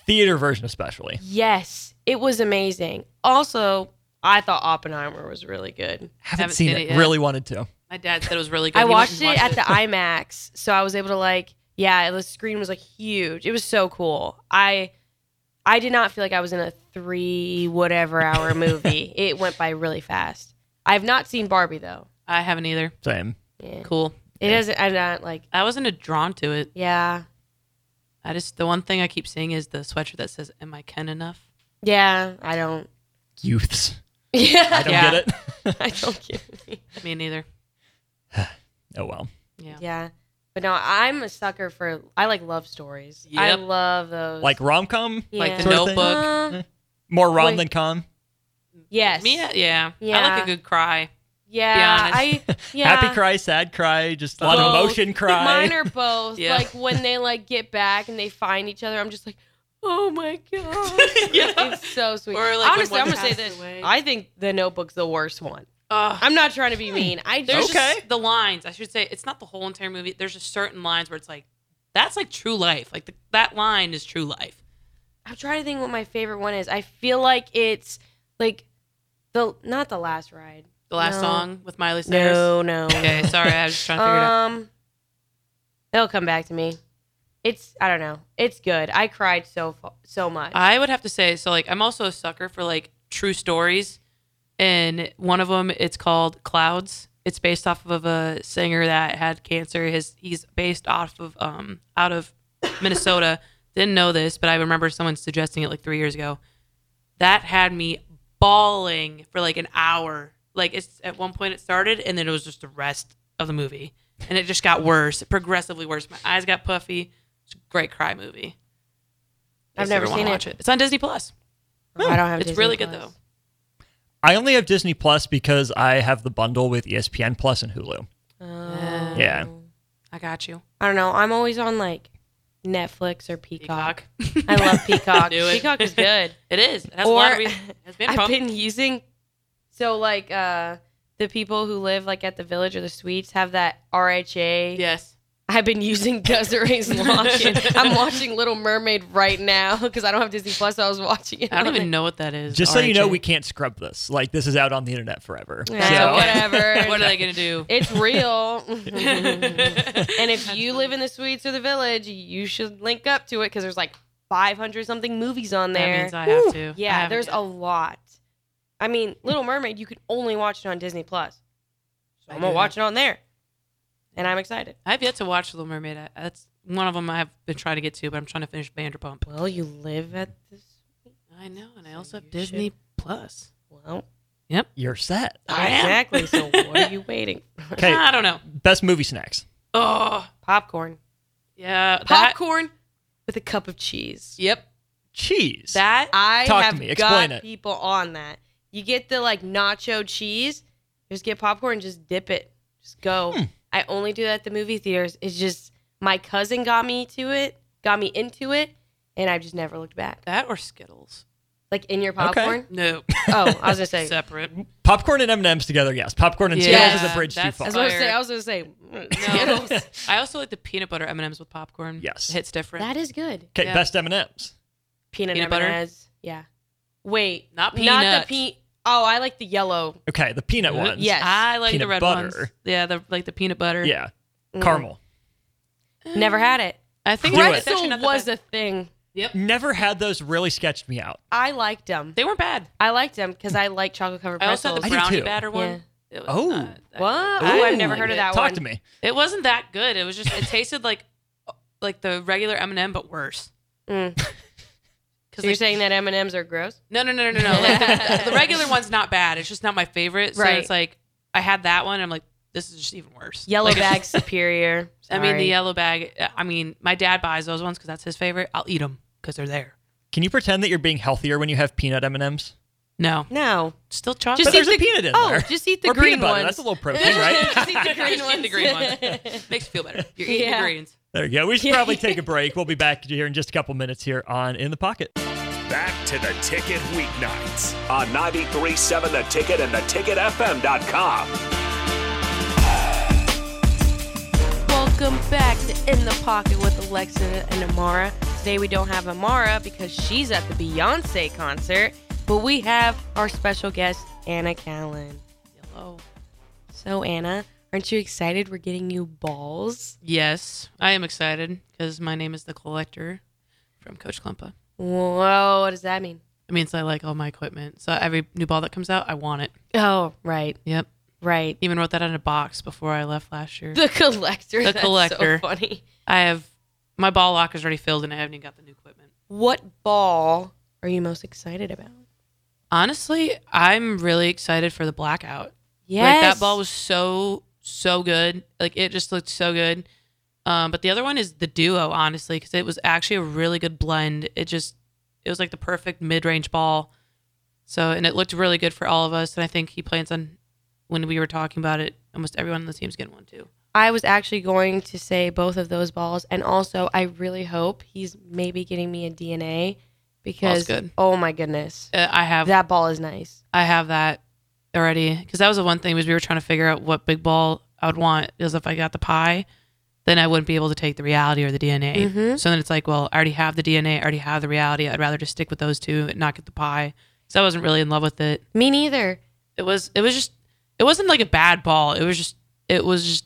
[SPEAKER 4] Theater version especially.
[SPEAKER 2] Yes, it was amazing. Also, I thought Oppenheimer was really good.
[SPEAKER 4] Haven't, seen, it.
[SPEAKER 3] yet.
[SPEAKER 4] Really wanted to.
[SPEAKER 3] my dad said it was really good.
[SPEAKER 2] I
[SPEAKER 3] He went
[SPEAKER 2] watched
[SPEAKER 3] and
[SPEAKER 2] it at the IMAX, so I was able to like Yeah, the screen was like huge. It was so cool. I I did not feel like I was in a 3 whatever hour movie. it went by really fast. I've not seen Barbie though.
[SPEAKER 3] I haven't either.
[SPEAKER 4] Same.
[SPEAKER 2] Yeah.
[SPEAKER 3] Cool.
[SPEAKER 2] It doesn't I'm not like
[SPEAKER 3] I wasn't a drawn to it.
[SPEAKER 2] yeah.
[SPEAKER 3] I just the one thing I keep seeing is the sweatshirt that says "Am I Ken enough?"
[SPEAKER 2] Yeah, I don't.
[SPEAKER 4] Youths. I
[SPEAKER 2] Yeah.
[SPEAKER 4] don't
[SPEAKER 3] Yeah.
[SPEAKER 4] get it.
[SPEAKER 2] I don't get it.
[SPEAKER 3] Me neither.
[SPEAKER 4] oh well.
[SPEAKER 3] Yeah.
[SPEAKER 2] Yeah. But no, I'm a sucker for I like love stories. I
[SPEAKER 3] Yep.
[SPEAKER 2] love those.
[SPEAKER 4] Like rom com,
[SPEAKER 2] Yeah.
[SPEAKER 3] like The
[SPEAKER 4] Sort of thing.
[SPEAKER 3] Notebook. Hmm.
[SPEAKER 2] Uh,
[SPEAKER 4] more rom
[SPEAKER 2] Like-
[SPEAKER 4] than com.
[SPEAKER 2] yes.
[SPEAKER 3] Me, yeah, yeah. I like
[SPEAKER 2] Yeah.
[SPEAKER 3] a good cry.
[SPEAKER 2] Yeah,
[SPEAKER 3] Be
[SPEAKER 2] I yeah.
[SPEAKER 4] Happy cry, sad cry, just a lot of
[SPEAKER 3] Both.
[SPEAKER 4] emotion cry.
[SPEAKER 2] Mine are both.
[SPEAKER 3] Yeah.
[SPEAKER 2] Like when they like get back and they find each other, I'm just like, oh my god,
[SPEAKER 3] yeah.
[SPEAKER 2] it's so sweet.
[SPEAKER 3] Or, like, when
[SPEAKER 2] Honestly,
[SPEAKER 3] one
[SPEAKER 2] I'm gonna say
[SPEAKER 3] passed
[SPEAKER 2] this.
[SPEAKER 3] away.
[SPEAKER 2] I think The Notebook's the worst one.
[SPEAKER 3] Ugh.
[SPEAKER 2] I'm not trying to be mean. I
[SPEAKER 3] Hmm. There's
[SPEAKER 2] just,
[SPEAKER 4] Okay.
[SPEAKER 3] just the lines. I should say it's not the whole entire movie. There's just certain lines where it's like, that's like true life. Like the, that line is true life.
[SPEAKER 2] I'm trying to think what my favorite one is. I feel like it's like the not the last ride.
[SPEAKER 3] The last
[SPEAKER 2] No.
[SPEAKER 3] song with Miley Cyrus.
[SPEAKER 2] No, no.
[SPEAKER 3] Okay, sorry. I was just trying to figure it out.
[SPEAKER 2] Um, it'll come back to me. It's I don't know. It's good. I cried so fu- so much.
[SPEAKER 3] I would have to say so. Like I'm also a sucker for like true stories, and one of them it's called Clouds. It's based off of a singer that had cancer. His he's based off of um out of Minnesota. Didn't know this, but I remember someone suggesting it like three years ago. That had me bawling for like an hour. Like it's at one point it started, and then it was just the rest of the movie, and it just got worse, progressively worse. My eyes got puffy. It's a great cry movie. I
[SPEAKER 2] I've
[SPEAKER 3] just
[SPEAKER 2] never
[SPEAKER 3] wanna
[SPEAKER 2] seen it.
[SPEAKER 3] watch it. It's on Disney Plus.
[SPEAKER 2] I don't have.
[SPEAKER 3] It's
[SPEAKER 2] Disney
[SPEAKER 3] really good,
[SPEAKER 2] Plus.
[SPEAKER 3] though.
[SPEAKER 4] I only have Disney Plus because I have the bundle with E ESPN Plus and Hulu.
[SPEAKER 2] Oh.
[SPEAKER 4] Yeah.
[SPEAKER 3] I got you.
[SPEAKER 2] I don't know. I'm always on like Netflix or Peacock.
[SPEAKER 3] Peacock.
[SPEAKER 2] I love Peacock.
[SPEAKER 3] Knew it.
[SPEAKER 2] Peacock is good.
[SPEAKER 3] It is. It has a lot
[SPEAKER 2] Or-
[SPEAKER 3] of reasons. It's been
[SPEAKER 2] I've
[SPEAKER 3] pumped.
[SPEAKER 2] been using so like uh the people who live like at the village or the suites have that RHA.
[SPEAKER 3] yes.
[SPEAKER 2] I've been using Desiree's launch. I'm watching Little Mermaid right now because I don't have Disney Plus. So I was watching it.
[SPEAKER 3] I don't
[SPEAKER 2] on
[SPEAKER 3] even
[SPEAKER 2] it.
[SPEAKER 3] know what that is.
[SPEAKER 4] Just so you know,
[SPEAKER 3] RHA.
[SPEAKER 4] we can't scrub this. Like this is out on the internet forever.
[SPEAKER 2] Yeah,
[SPEAKER 4] So-
[SPEAKER 2] whatever.
[SPEAKER 3] what are they gonna do?
[SPEAKER 2] It's real. and if you live in the suites or the village, you should link up to it because there's like 500 something movies on
[SPEAKER 3] that
[SPEAKER 2] there.
[SPEAKER 3] means I have to. I
[SPEAKER 2] Yeah,
[SPEAKER 3] haven't
[SPEAKER 2] there's
[SPEAKER 3] yet.
[SPEAKER 2] a lot. I mean, Little Mermaid, you can only watch it on Disney Plus. So
[SPEAKER 3] I
[SPEAKER 2] I'm gonna
[SPEAKER 3] do.
[SPEAKER 2] watch it on there, and I'm excited.
[SPEAKER 3] I've yet to watch Little Mermaid. I- That's one of them I've been trying to get to, but I'm trying to finish Vanderpump.
[SPEAKER 2] Well, you live at this.
[SPEAKER 3] I know, and I
[SPEAKER 2] So
[SPEAKER 3] also have
[SPEAKER 2] you
[SPEAKER 3] Disney Plus.
[SPEAKER 2] Well,
[SPEAKER 4] You're set.
[SPEAKER 2] Uh,
[SPEAKER 3] I am.
[SPEAKER 2] exactly. So what are you waiting? for?
[SPEAKER 4] Okay.
[SPEAKER 3] I don't know.
[SPEAKER 4] Best movie snacks.
[SPEAKER 3] Oh,
[SPEAKER 2] Popcorn.
[SPEAKER 3] yeah. that-
[SPEAKER 2] Popcorn with a cup of cheese.
[SPEAKER 3] Yep.
[SPEAKER 4] Cheese.
[SPEAKER 3] That.
[SPEAKER 2] I
[SPEAKER 4] Talk to
[SPEAKER 2] have
[SPEAKER 4] me. Explain
[SPEAKER 2] got
[SPEAKER 4] it.
[SPEAKER 2] people on that. You get the like nacho cheese. Just get popcorn and just dip it. Just go.
[SPEAKER 4] Hmm.
[SPEAKER 2] I only do that at the movie theaters. It's just my cousin got me to it, got me into it, and I've just never looked back.
[SPEAKER 3] That or Skittles?
[SPEAKER 2] Like in your popcorn.
[SPEAKER 3] No.
[SPEAKER 2] Oh, I was gonna say.
[SPEAKER 3] Separate.
[SPEAKER 4] popcorn and M and M's together. Yes. Popcorn and
[SPEAKER 3] Yeah,
[SPEAKER 4] Skittles is a bridge too
[SPEAKER 3] that's-
[SPEAKER 4] far.
[SPEAKER 2] I was gonna say. I was gonna say. mm,
[SPEAKER 3] No.
[SPEAKER 2] Skittles.
[SPEAKER 3] I also like the peanut butter M and M's with popcorn.
[SPEAKER 4] Yes.
[SPEAKER 3] It hits different.
[SPEAKER 2] That is good.
[SPEAKER 4] Okay.
[SPEAKER 3] yeah.
[SPEAKER 4] Best M and M's.
[SPEAKER 2] Peanut,
[SPEAKER 3] Peanut butter?
[SPEAKER 2] butter. Yeah. Wait.
[SPEAKER 3] Not
[SPEAKER 2] Not
[SPEAKER 3] peanut.
[SPEAKER 2] the pe. Oh, I like the yellow.
[SPEAKER 4] Okay. The peanut
[SPEAKER 3] Mm-hmm. Yeah.
[SPEAKER 4] ones.
[SPEAKER 2] Yes.
[SPEAKER 3] I like
[SPEAKER 4] Peanut
[SPEAKER 3] the red
[SPEAKER 4] butter.
[SPEAKER 3] ones. Yeah, the like the peanut butter.
[SPEAKER 4] Yeah.
[SPEAKER 2] Mm.
[SPEAKER 4] Caramel.
[SPEAKER 2] Never had it.
[SPEAKER 3] I think
[SPEAKER 4] Do it.
[SPEAKER 3] it's
[SPEAKER 2] Pretzel
[SPEAKER 3] actually not the
[SPEAKER 2] was
[SPEAKER 3] best.
[SPEAKER 2] a thing.
[SPEAKER 4] Never had those. Really sketched me out.
[SPEAKER 2] I liked them.
[SPEAKER 3] They weren't bad.
[SPEAKER 2] I liked them because I like chocolate covered
[SPEAKER 3] I also had
[SPEAKER 2] pretzels.
[SPEAKER 3] the
[SPEAKER 4] I do
[SPEAKER 3] brownie
[SPEAKER 4] too.
[SPEAKER 3] batter one. It was
[SPEAKER 4] Oh.
[SPEAKER 3] not that
[SPEAKER 2] What?
[SPEAKER 3] good.
[SPEAKER 2] Oh, I've
[SPEAKER 4] Ooh.
[SPEAKER 2] never heard of that
[SPEAKER 4] Talk
[SPEAKER 2] one.
[SPEAKER 4] to me.
[SPEAKER 3] It wasn't that good. It was just it tasted like like the regular M and m but worse.
[SPEAKER 2] Mm.
[SPEAKER 3] Because
[SPEAKER 2] So you're saying that M and M's are gross?
[SPEAKER 3] no, no, no, no, no. no. Like, the, the regular one's not bad. It's just not my favorite. So
[SPEAKER 2] Right.
[SPEAKER 3] it's like I had that one. and I'm like, this is just even worse.
[SPEAKER 2] Yellow
[SPEAKER 3] Like, it's
[SPEAKER 2] bag
[SPEAKER 3] just-
[SPEAKER 2] superior.
[SPEAKER 3] I mean, the
[SPEAKER 2] Sorry.
[SPEAKER 3] yellow bag. I mean, my dad buys those ones because that's his favorite. I'll eat them because they're there.
[SPEAKER 4] Can you pretend that you're being healthier when you have peanut M and M's?
[SPEAKER 3] No,
[SPEAKER 2] no.
[SPEAKER 3] still chocolate.
[SPEAKER 4] But
[SPEAKER 2] Just eat
[SPEAKER 4] there's a
[SPEAKER 2] the-
[SPEAKER 4] peanut in
[SPEAKER 2] Oh,
[SPEAKER 4] there.
[SPEAKER 2] just eat the
[SPEAKER 4] or
[SPEAKER 2] green
[SPEAKER 4] peanut butter.
[SPEAKER 2] ones.
[SPEAKER 4] That's a little protein, right?
[SPEAKER 2] just eat the green
[SPEAKER 3] Just eat
[SPEAKER 2] ones.
[SPEAKER 3] the green ones. Makes you feel better. You're eating
[SPEAKER 2] Yeah.
[SPEAKER 3] ingredients.
[SPEAKER 4] There you go. We should
[SPEAKER 2] Yeah.
[SPEAKER 4] probably take a break. We'll be back here in just a couple minutes here on In the Pocket.
[SPEAKER 1] Back to the Ticket Weeknights on 93.7 The Ticket and theticketfm.com.
[SPEAKER 2] Welcome back to In the Pocket with Alexa and Amara. Today we don't have Amara because she's at the Beyonce concert, but we have our special guest, Anna Callan.
[SPEAKER 3] Yellow.
[SPEAKER 2] So, Anna, Aren't you excited? We're getting new balls.
[SPEAKER 3] Yes, I am excited because my name is the collector from Coach Klumpa.
[SPEAKER 2] Whoa, what does that mean?
[SPEAKER 3] It means I like all my equipment. So every new ball that comes out, I want it.
[SPEAKER 2] Oh, right,
[SPEAKER 3] Yep.
[SPEAKER 2] right.
[SPEAKER 3] Even wrote that on a box before I left last year.
[SPEAKER 2] The collector.
[SPEAKER 3] The
[SPEAKER 2] That's so
[SPEAKER 3] collector.
[SPEAKER 2] funny.
[SPEAKER 3] I have my ball locker's already filled and I haven't even got the new equipment.
[SPEAKER 2] What ball are you most excited about?
[SPEAKER 3] Honestly, I'm really excited for the blackout.
[SPEAKER 2] Yes.
[SPEAKER 3] Like that ball was so so good. Like it just looked so good. Um, but the other one is the duo, honestly, because it was actually a really good blend. It just it was like the perfect mid range ball. So and it looked really good for all of us. And I think he plans on when we were talking about it, almost everyone on the team's getting one too.
[SPEAKER 2] I was actually going to say both of those balls, and also I really hope he's maybe getting me a DNA because
[SPEAKER 3] good.
[SPEAKER 2] oh my goodness,
[SPEAKER 3] Uh, I have
[SPEAKER 2] that ball is nice.
[SPEAKER 3] I have that already because that was the one thing was we were trying to figure out what big ball I would want because if I got the pie, then I wouldn't be able to take the reality or the DNA.
[SPEAKER 2] Mm-hmm.
[SPEAKER 3] So then it's like, well, I already have the DNA, I already have the reality. I'd rather just stick with those two and not get the pie. So I wasn't really in love with it.
[SPEAKER 2] Me neither.
[SPEAKER 3] It was it was just it wasn't like a bad ball. It was just it was just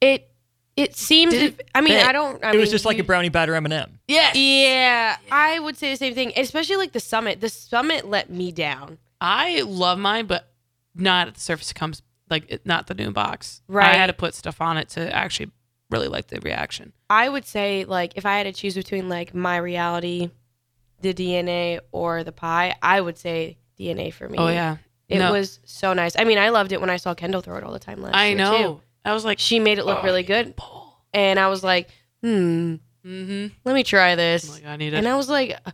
[SPEAKER 2] It it seems.
[SPEAKER 3] Did it
[SPEAKER 2] I mean,
[SPEAKER 3] fit?
[SPEAKER 2] I don't. I
[SPEAKER 4] it was
[SPEAKER 2] mean,
[SPEAKER 4] just like
[SPEAKER 2] you-
[SPEAKER 4] a brownie batter M&M.
[SPEAKER 3] yes.
[SPEAKER 2] Yeah, I would say the same thing, especially like the summit. The summit let me down.
[SPEAKER 3] I love mine, but not at the surface it comes like it, not the new box. I
[SPEAKER 2] Right.
[SPEAKER 3] had to put stuff on it to actually really like the reaction.
[SPEAKER 2] I would say like if I had to choose between like my reality, the DNA, or the pie, I would say DNA for me.
[SPEAKER 3] Oh yeah,
[SPEAKER 2] It
[SPEAKER 3] No.
[SPEAKER 2] was so nice. I mean, I loved it when I saw Kendall throw it all the time last
[SPEAKER 3] I
[SPEAKER 2] year,
[SPEAKER 3] know.
[SPEAKER 2] too.
[SPEAKER 3] I was like,
[SPEAKER 2] She made it look
[SPEAKER 3] Oh,
[SPEAKER 2] really good. And I was like, hmm,
[SPEAKER 3] mm-hmm.
[SPEAKER 2] let me try this.
[SPEAKER 3] Like I need it.
[SPEAKER 2] and I was like, uh,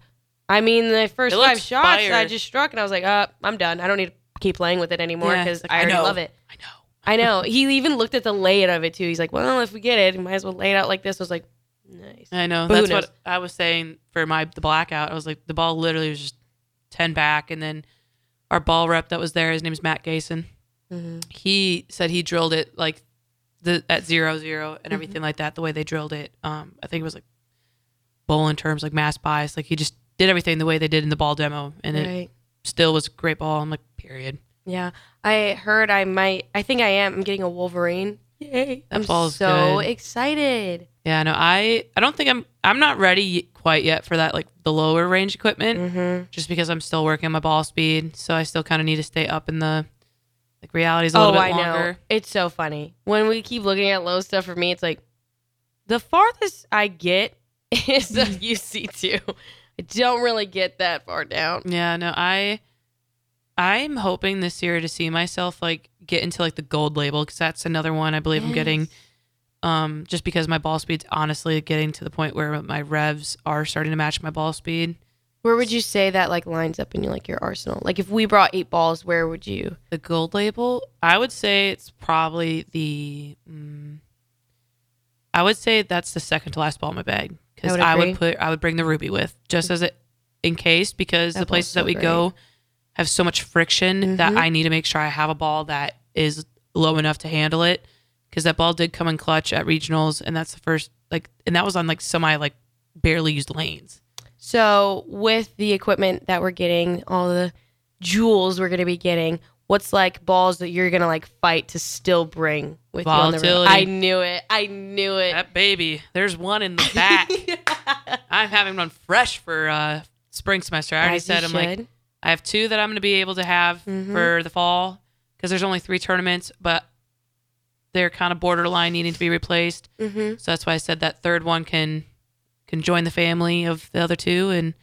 [SPEAKER 2] I mean, the first
[SPEAKER 3] Oh It
[SPEAKER 2] five
[SPEAKER 3] looks
[SPEAKER 2] shots I
[SPEAKER 3] fire.
[SPEAKER 2] just struck, and I was like, uh, I'm done. I don't need to keep playing with it anymore
[SPEAKER 3] Yeah,
[SPEAKER 2] because
[SPEAKER 3] it's like,
[SPEAKER 2] I
[SPEAKER 3] I
[SPEAKER 2] already
[SPEAKER 3] know.
[SPEAKER 2] love it.
[SPEAKER 3] I know.
[SPEAKER 2] I know. he even looked at the layout of it, too. He's like, well, if we get it, we might as well lay it out like this. I was like, nice.
[SPEAKER 3] I know.
[SPEAKER 2] But who
[SPEAKER 3] That's
[SPEAKER 2] knows?
[SPEAKER 3] what I was saying for my the blackout. I was like, the ball literally was just ten back, and then our ball rep that was there, his name's Matt Gason.
[SPEAKER 2] Mhm.
[SPEAKER 3] He said he drilled it like the at zero zero
[SPEAKER 2] Mm-hmm.
[SPEAKER 3] and everything like that. The way they drilled it, um, I think it was like bowling terms like mass bias. Like he just did everything the way they did in the ball demo, and it
[SPEAKER 2] Right.
[SPEAKER 3] still was a great ball. I'm like, period.
[SPEAKER 2] Yeah. I heard I might, I think I am. I'm getting a Wolverine. Yay.
[SPEAKER 3] That
[SPEAKER 2] I'm
[SPEAKER 3] ball's
[SPEAKER 2] so
[SPEAKER 3] good.
[SPEAKER 2] excited.
[SPEAKER 3] Yeah, no, I I don't think I'm I'm not ready y- quite yet for that like the lower range equipment.
[SPEAKER 2] Mm-hmm.
[SPEAKER 3] just because I'm still working on my ball speed, so I still kind of need to stay up in the like realities a little bit longer.
[SPEAKER 2] Oh, It's so funny. When we keep looking at low stuff for me, it's like the farthest I get is a UC2. I don't really get that far down.
[SPEAKER 3] Yeah, no, I I'm hoping this year to see myself like get into like the gold label because that's another one I believe I'm getting. Um, just because my ball speed's honestly getting to the point where my revs are starting to match my ball speed.
[SPEAKER 2] Where would you say that like lines up in your like your arsenal? Like if we brought eight balls, where would you?
[SPEAKER 3] The gold label, I would say it's probably the. Mm, I would say that's the second to last ball in my bag
[SPEAKER 2] I
[SPEAKER 3] because
[SPEAKER 2] would
[SPEAKER 3] I,
[SPEAKER 2] agree.
[SPEAKER 3] would put I would bring the ruby with just as it in case because
[SPEAKER 2] That
[SPEAKER 3] the
[SPEAKER 2] ball's
[SPEAKER 3] places
[SPEAKER 2] so
[SPEAKER 3] that we go have so much friction that
[SPEAKER 2] Mhm.
[SPEAKER 3] I need to make sure I have a ball that is low enough to handle it because that ball did come in clutch at regionals and that's the first like and that was on like semi like barely used lanes.
[SPEAKER 2] So with the equipment that we're getting, all the jewels we're gonna be getting, what's like balls that you're gonna like fight to still bring with you on the road?
[SPEAKER 3] Volatility.
[SPEAKER 2] I knew it. I knew it.
[SPEAKER 3] That baby, there's one in the back. I'm having one fresh for uh spring semester. I already
[SPEAKER 2] As you
[SPEAKER 3] said I'm like
[SPEAKER 2] should. Mm-hmm.
[SPEAKER 3] I have two that I'm going to be able to have for the fall because there's only three tournaments, but they're kind of borderline needing to be replaced.
[SPEAKER 2] Mhm.
[SPEAKER 3] So that's why I said that third one can can join the family of the other two and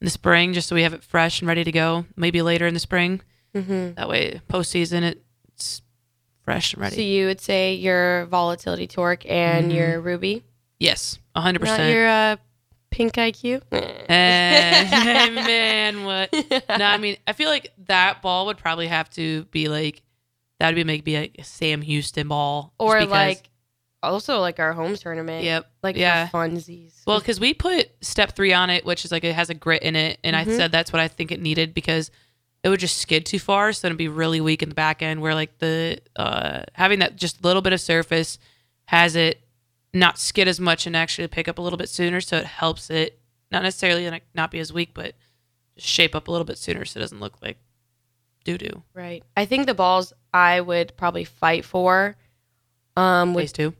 [SPEAKER 3] in the spring, just so we have it fresh and ready to go. Maybe later in the spring. Mm-hmm. That way, postseason it's fresh and ready.
[SPEAKER 2] So you would say your volatility torque and your ruby,
[SPEAKER 3] yes, 100.
[SPEAKER 2] not
[SPEAKER 3] Mm-hmm. percent
[SPEAKER 2] your uh, pink IQ.
[SPEAKER 3] Eh, man, what? No, I mean, I feel like that ball would probably have to be like that would be maybe be like a Sam Houston ball, just
[SPEAKER 2] or
[SPEAKER 3] because-
[SPEAKER 2] like also like our home tournament.
[SPEAKER 3] Yep.
[SPEAKER 2] Like
[SPEAKER 3] Yeah.
[SPEAKER 2] for funsies.
[SPEAKER 3] Well, because we put step three on it, which is like it has a grit in it, and I said that's what I think it needed because it would just skid too far, so it'd be really weak in the back end. Where like the uh, having that just little bit of surface has it not skid as much and actually pick up a little bit sooner, so it helps it not necessarily like not be as weak, but just shape up a little bit sooner, so it doesn't look like doo doo.
[SPEAKER 2] right. I think the balls I would probably fight for um, with
[SPEAKER 3] Phase two.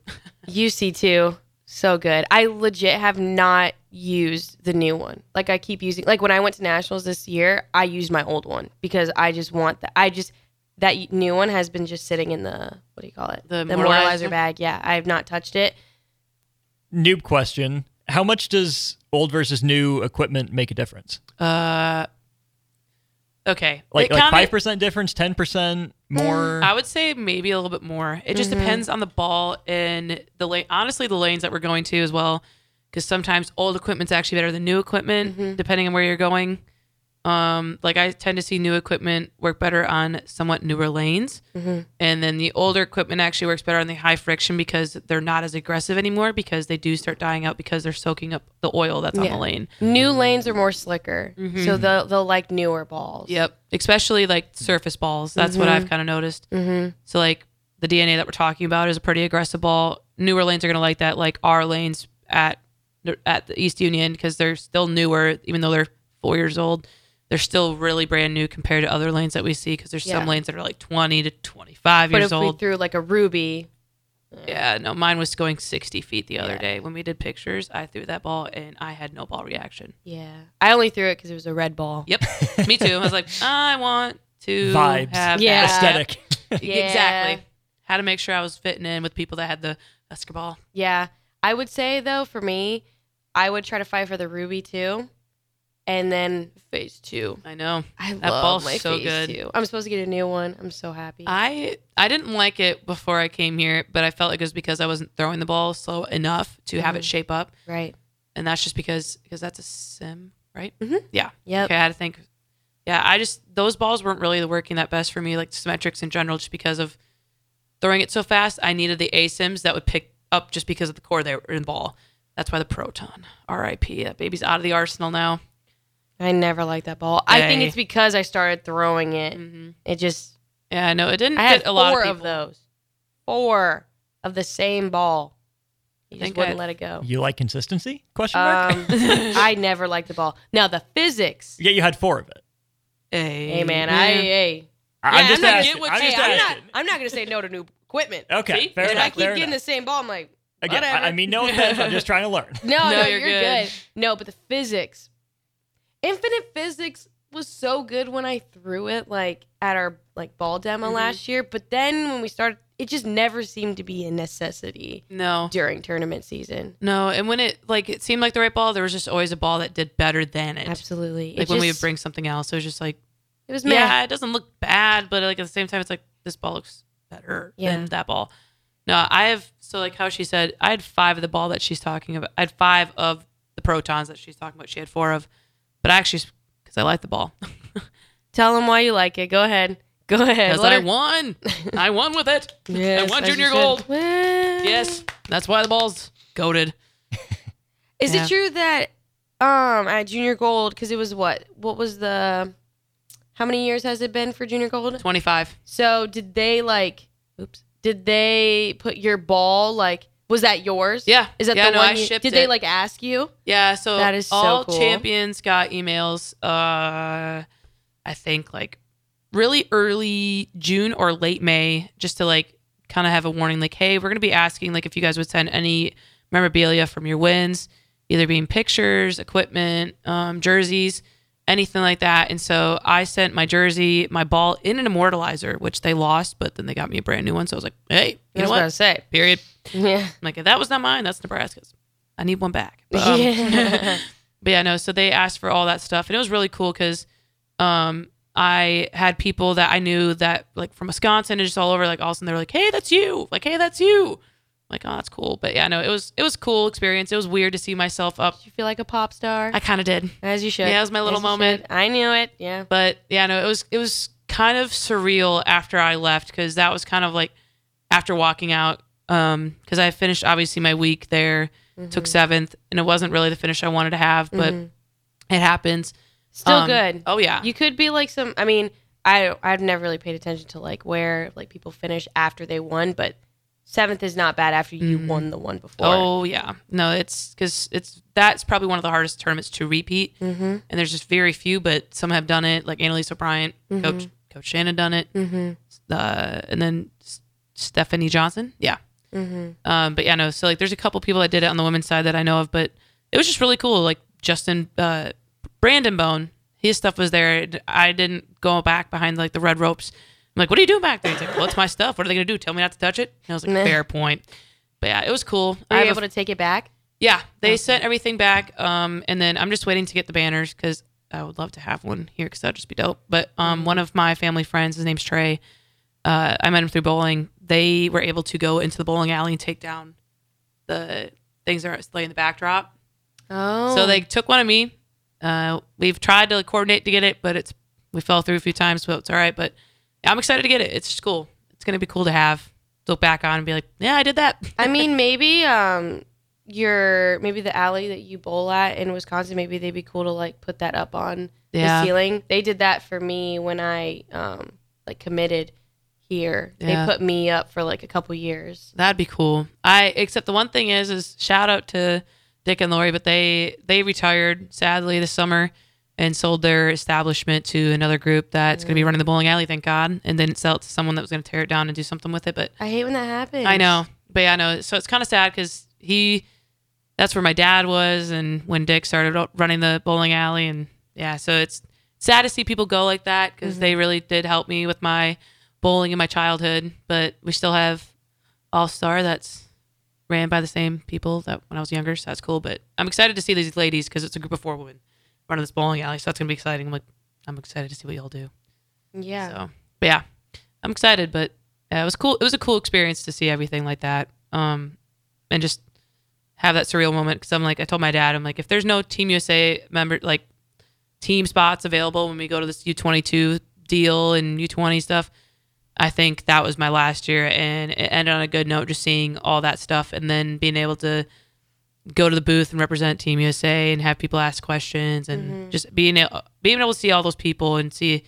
[SPEAKER 2] UC2, so good. I legit have not used the new one. Like I keep using like when I went to nationals this year, I used my old one because I just want the I just that y- new one has been just sitting in the what do you call it?
[SPEAKER 3] The
[SPEAKER 2] mortalizer
[SPEAKER 3] mortalizer?
[SPEAKER 2] bag. Yeah, I have not touched it.
[SPEAKER 4] Noob question. How much does old versus new equipment make a difference?
[SPEAKER 3] Uh, okay.
[SPEAKER 4] Like
[SPEAKER 3] It
[SPEAKER 4] like
[SPEAKER 3] kinda-
[SPEAKER 4] five percent difference, ten percent
[SPEAKER 2] Mm,
[SPEAKER 4] more.
[SPEAKER 3] I would say maybe a little bit more. It just depends on the ball and the lane. Honestly, the lanes that we're going to as well, because sometimes old equipment's actually better than new equipment, depending on where you're going. Um, like I tend to see new equipment work better on somewhat newer lanes, and then the older equipment actually works better on the high friction because they're not as aggressive anymore because they do start dying out because they're soaking up the oil that's on
[SPEAKER 2] Yeah.
[SPEAKER 3] the lane.
[SPEAKER 2] New lanes are more slicker. So
[SPEAKER 3] Mm-hmm.
[SPEAKER 2] they'll they'll like newer balls.
[SPEAKER 3] Yep. Especially like surface balls. That's what I've kind of noticed. Mm-hmm. So like the DNA that we're talking about is a pretty aggressive ball. Newer lanes are going to like that. Like our lanes at at the East Union because they're still newer, even though they're four years old. They're still really brand new compared to other lanes that we see because there's
[SPEAKER 2] Yeah.
[SPEAKER 3] some lanes that are like 20 to 25
[SPEAKER 2] But
[SPEAKER 3] years
[SPEAKER 2] if we
[SPEAKER 3] old.
[SPEAKER 2] threw like a ruby,
[SPEAKER 3] yeah, no, mine was going 60 feet the other day when we did pictures. I threw that ball and I had no ball reaction.
[SPEAKER 2] yeah. I only threw it cuz it was a red ball.
[SPEAKER 3] Yep, me too. I was like, I want to
[SPEAKER 4] Vibes.
[SPEAKER 3] have
[SPEAKER 2] Yeah.
[SPEAKER 4] Aesthetic.
[SPEAKER 2] Yeah.
[SPEAKER 3] Exactly. How to make sure I was fitting in with people that had the Husker ball.
[SPEAKER 2] Yeah. I would say though, for me, I would try to fight for the ruby too, and then phase two.
[SPEAKER 3] I know.
[SPEAKER 2] I
[SPEAKER 3] That
[SPEAKER 2] love
[SPEAKER 3] ball's
[SPEAKER 2] my
[SPEAKER 3] so
[SPEAKER 2] phase
[SPEAKER 3] good.
[SPEAKER 2] two. I'm supposed to get a new one. I'm so happy.
[SPEAKER 3] I I didn't like it before I came here, but I felt like it was because I wasn't throwing the ball slow enough to have
[SPEAKER 2] Mm-hmm.
[SPEAKER 3] it shape up,
[SPEAKER 2] right.
[SPEAKER 3] and that's just because because that's a sim, right?
[SPEAKER 2] Mhm.
[SPEAKER 3] Yeah.
[SPEAKER 2] Yep.
[SPEAKER 3] Okay. I had to think. Yeah, I just those balls weren't really working that best for me, like symmetrics in general, just because of throwing it so fast. I needed the asims that would pick up just because of the core they were in the ball. That's why the proton, R.I.P. That baby's out of the arsenal now.
[SPEAKER 2] I never liked that ball. I think
[SPEAKER 3] Hey.
[SPEAKER 2] it's because I started throwing it. It just
[SPEAKER 3] Yeah, I know it didn't
[SPEAKER 2] I had
[SPEAKER 3] fit Mm-hmm. a lot
[SPEAKER 2] four
[SPEAKER 3] of
[SPEAKER 2] of,
[SPEAKER 3] people.
[SPEAKER 2] those. Four of the same ball. You just
[SPEAKER 3] think
[SPEAKER 2] wouldn't
[SPEAKER 3] I-
[SPEAKER 2] let it go.
[SPEAKER 4] You like consistency? Question mark.
[SPEAKER 2] Um, I never liked the ball. Now the physics.
[SPEAKER 4] yeah, you had four of it.
[SPEAKER 3] Hey,
[SPEAKER 2] Hey man, I hey.
[SPEAKER 4] I- I'm
[SPEAKER 2] Yeah,
[SPEAKER 4] just
[SPEAKER 2] I'm not-
[SPEAKER 4] asking.
[SPEAKER 3] get what
[SPEAKER 4] I'm
[SPEAKER 3] you-
[SPEAKER 4] just
[SPEAKER 2] hey, I'm not
[SPEAKER 4] asking.
[SPEAKER 2] I'm not gonna say no to new equipment.
[SPEAKER 4] Okay,
[SPEAKER 3] See?
[SPEAKER 4] fair
[SPEAKER 2] if
[SPEAKER 4] enough.
[SPEAKER 2] I keep
[SPEAKER 4] fair
[SPEAKER 2] getting
[SPEAKER 4] enough.
[SPEAKER 2] the same ball, I'm like,
[SPEAKER 4] Again,
[SPEAKER 2] whatever.
[SPEAKER 4] I, I mean, no offense. I'm just trying to learn.
[SPEAKER 2] no, no,
[SPEAKER 3] you're
[SPEAKER 2] you're,
[SPEAKER 3] good.
[SPEAKER 2] good. No, but the physics, infinite physics was so good when I threw it like at our like ball demo
[SPEAKER 3] Mm-hmm.
[SPEAKER 2] last year. But then when we started, it just never seemed to be a necessity
[SPEAKER 3] no,
[SPEAKER 2] during tournament season.
[SPEAKER 3] no. And when it like it seemed like the right ball, there was just always a ball that did better than it.
[SPEAKER 2] Absolutely, it
[SPEAKER 3] Like when we would
[SPEAKER 2] just-
[SPEAKER 3] bring something else, it was just like,
[SPEAKER 2] it was
[SPEAKER 3] yeah,
[SPEAKER 2] meh.
[SPEAKER 3] it doesn't look bad, but like at the same time, it's like this ball looks better
[SPEAKER 2] Yeah.
[SPEAKER 3] than that ball. No, I have so like how she said, I had five of the ball that she's talking about. I had five of the protons that she's talking about. She had four of, but I actually because I like the ball
[SPEAKER 2] Tell them why you like it. Go ahead. Go ahead.
[SPEAKER 3] because
[SPEAKER 2] Let
[SPEAKER 3] I
[SPEAKER 2] her-
[SPEAKER 3] won. I won with it.
[SPEAKER 2] Yes,
[SPEAKER 3] I won
[SPEAKER 2] as you
[SPEAKER 3] junior
[SPEAKER 2] should.
[SPEAKER 3] gold.
[SPEAKER 2] Well-
[SPEAKER 3] Yes, that's why the ball's goaded.
[SPEAKER 2] Is
[SPEAKER 3] Yeah.
[SPEAKER 2] it true that um at junior gold because it was what what was the how many years has it been for junior gold?
[SPEAKER 3] Twenty five.
[SPEAKER 2] So did they like oops did they put your ball like was that yours?
[SPEAKER 3] Yeah.
[SPEAKER 2] Is that
[SPEAKER 3] Yeah,
[SPEAKER 2] the
[SPEAKER 3] no,
[SPEAKER 2] one
[SPEAKER 3] I
[SPEAKER 2] you-
[SPEAKER 3] shipped
[SPEAKER 2] did they
[SPEAKER 3] it.
[SPEAKER 2] like ask you?
[SPEAKER 3] Yeah, so
[SPEAKER 2] That is so
[SPEAKER 3] all
[SPEAKER 2] cool.
[SPEAKER 3] champions got emails. Uh, I think like really early June or late May, just to like kind of have a warning, like, hey, we're gonna be asking like if you guys would send any memorabilia from your wins, either being pictures, equipment, um, jerseys, anything like that. And so I sent my jersey, my ball in an immortalizer, which they lost, but then they got me a brand new one. So I was like, hey, you
[SPEAKER 2] I was
[SPEAKER 3] know
[SPEAKER 2] gonna
[SPEAKER 3] what?
[SPEAKER 2] say.
[SPEAKER 3] Period.
[SPEAKER 2] Yeah.
[SPEAKER 3] I'm like, if that was not mine, that's Nebraska's. I need one back. But, um,
[SPEAKER 2] Yeah.
[SPEAKER 3] but yeah, no. So they asked for all that stuff, and it was really cool because um, I had people that I knew that like from Wisconsin and just all over, like all of a sudden they were like, "Hey, that's you!" Like, "Hey, that's you!" Like, oh, that's cool. But yeah, no, it was it was a cool experience. It was weird to see myself up.
[SPEAKER 2] you feel like a pop star
[SPEAKER 3] I kind of did,
[SPEAKER 2] as you should.
[SPEAKER 3] Yeah, it was my
[SPEAKER 2] As
[SPEAKER 3] little
[SPEAKER 2] you
[SPEAKER 3] moment.
[SPEAKER 2] should. I knew it. Yeah.
[SPEAKER 3] but yeah, no, it was it was kind of surreal after I left because that was kind of like after walking out because I finished obviously my week there,
[SPEAKER 2] Mm-hmm.
[SPEAKER 3] took seventh, and it wasn't really the finish I wanted to have, but it happens.
[SPEAKER 2] Mm-hmm. Still
[SPEAKER 3] Um,
[SPEAKER 2] good.
[SPEAKER 3] Oh yeah,
[SPEAKER 2] You could be like some. I mean, I I've never really paid attention to like where like people finish after they won, but seventh is not bad after you won the one before.
[SPEAKER 3] Mm. Oh yeah, no, it's because it's that's probably one of the hardest tournaments to repeat, mm-hmm. and there's just very few, but some have done it, like Annalise O'Brien, Mm-hmm. Coach Coach Shannon done it, mm-hmm. uh, and then S- Stephanie Johnson, yeah, Um, but yeah, no. So like, there's a couple people that did it on the women's side that I know of, but it was just really cool. Like Justin uh, Brandon Bone, his stuff was there. I didn't go back behind like the red ropes. I'm like, what are you doing back there? He's like, well, it's my stuff. What are they gonna do? Tell me not to touch it? And I was like,
[SPEAKER 2] Meh.
[SPEAKER 3] fair point. But yeah, it was cool.
[SPEAKER 2] Are
[SPEAKER 3] I
[SPEAKER 2] you
[SPEAKER 3] have a
[SPEAKER 2] able to take it back?
[SPEAKER 3] yeah, they sent everything back, um, and then I'm just waiting to get the banners because I would love to have one here because that'd just be dope. But
[SPEAKER 2] Mm-hmm.
[SPEAKER 3] um, one of my family friends, his name's Trey. Uh, I met him through bowling. They were able to go into the bowling alley and take down the things that are laying in the backdrop.
[SPEAKER 2] Oh,
[SPEAKER 3] So they took one of me. Uh, we've tried to coordinate to get it, but it's we fell through a few times, but it's all right. But I'm excited to get it. It's just cool. It's gonna be cool to have look back on and be like, yeah, I did that.
[SPEAKER 2] I mean, maybe um, your maybe the alley that you bowl at in Wisconsin, maybe they'd be cool to like put that up on
[SPEAKER 3] Yeah.
[SPEAKER 2] the ceiling. They did that for me when I um like committed here.
[SPEAKER 3] Yeah.
[SPEAKER 2] They put me up for like a couple years.
[SPEAKER 3] That'd be cool. I except the one thing is is shout out to Dick and Lori, but they they retired sadly this summer and sold their establishment to another group that's going to be running the bowling alley. Thank God, and then sell it to someone that was going to tear it down and do something with it. But
[SPEAKER 2] I hate when that happens.
[SPEAKER 3] I know, but yeah, I know. So it's kind of sad because he that's where my dad was, and when Dick started out running the bowling alley, and yeah, so it's sad to see people go like that because they really did help me with my bowling in my childhood. But we still have All Star that's ran by the same people that when I was younger, so that's cool. But I'm excited to see these ladies because it's a group of four women running this bowling alley, so that's gonna be exciting. I'm like, I'm excited to see what y'all do.
[SPEAKER 2] Yeah.
[SPEAKER 3] So, but yeah, I'm excited. But uh, it was cool. It was a cool experience to see everything like that, um, and just have that surreal moment. Because I'm like, I told my dad, I'm like, if there's no Team USA member like team spots available when we go to this U22 deal and U20 stuff, I think that was my last year, and it ended on a good note. Just seeing all that stuff, and then being able to go to the booth and represent Team USA and have people ask questions, and just being a- being able to see all those people and see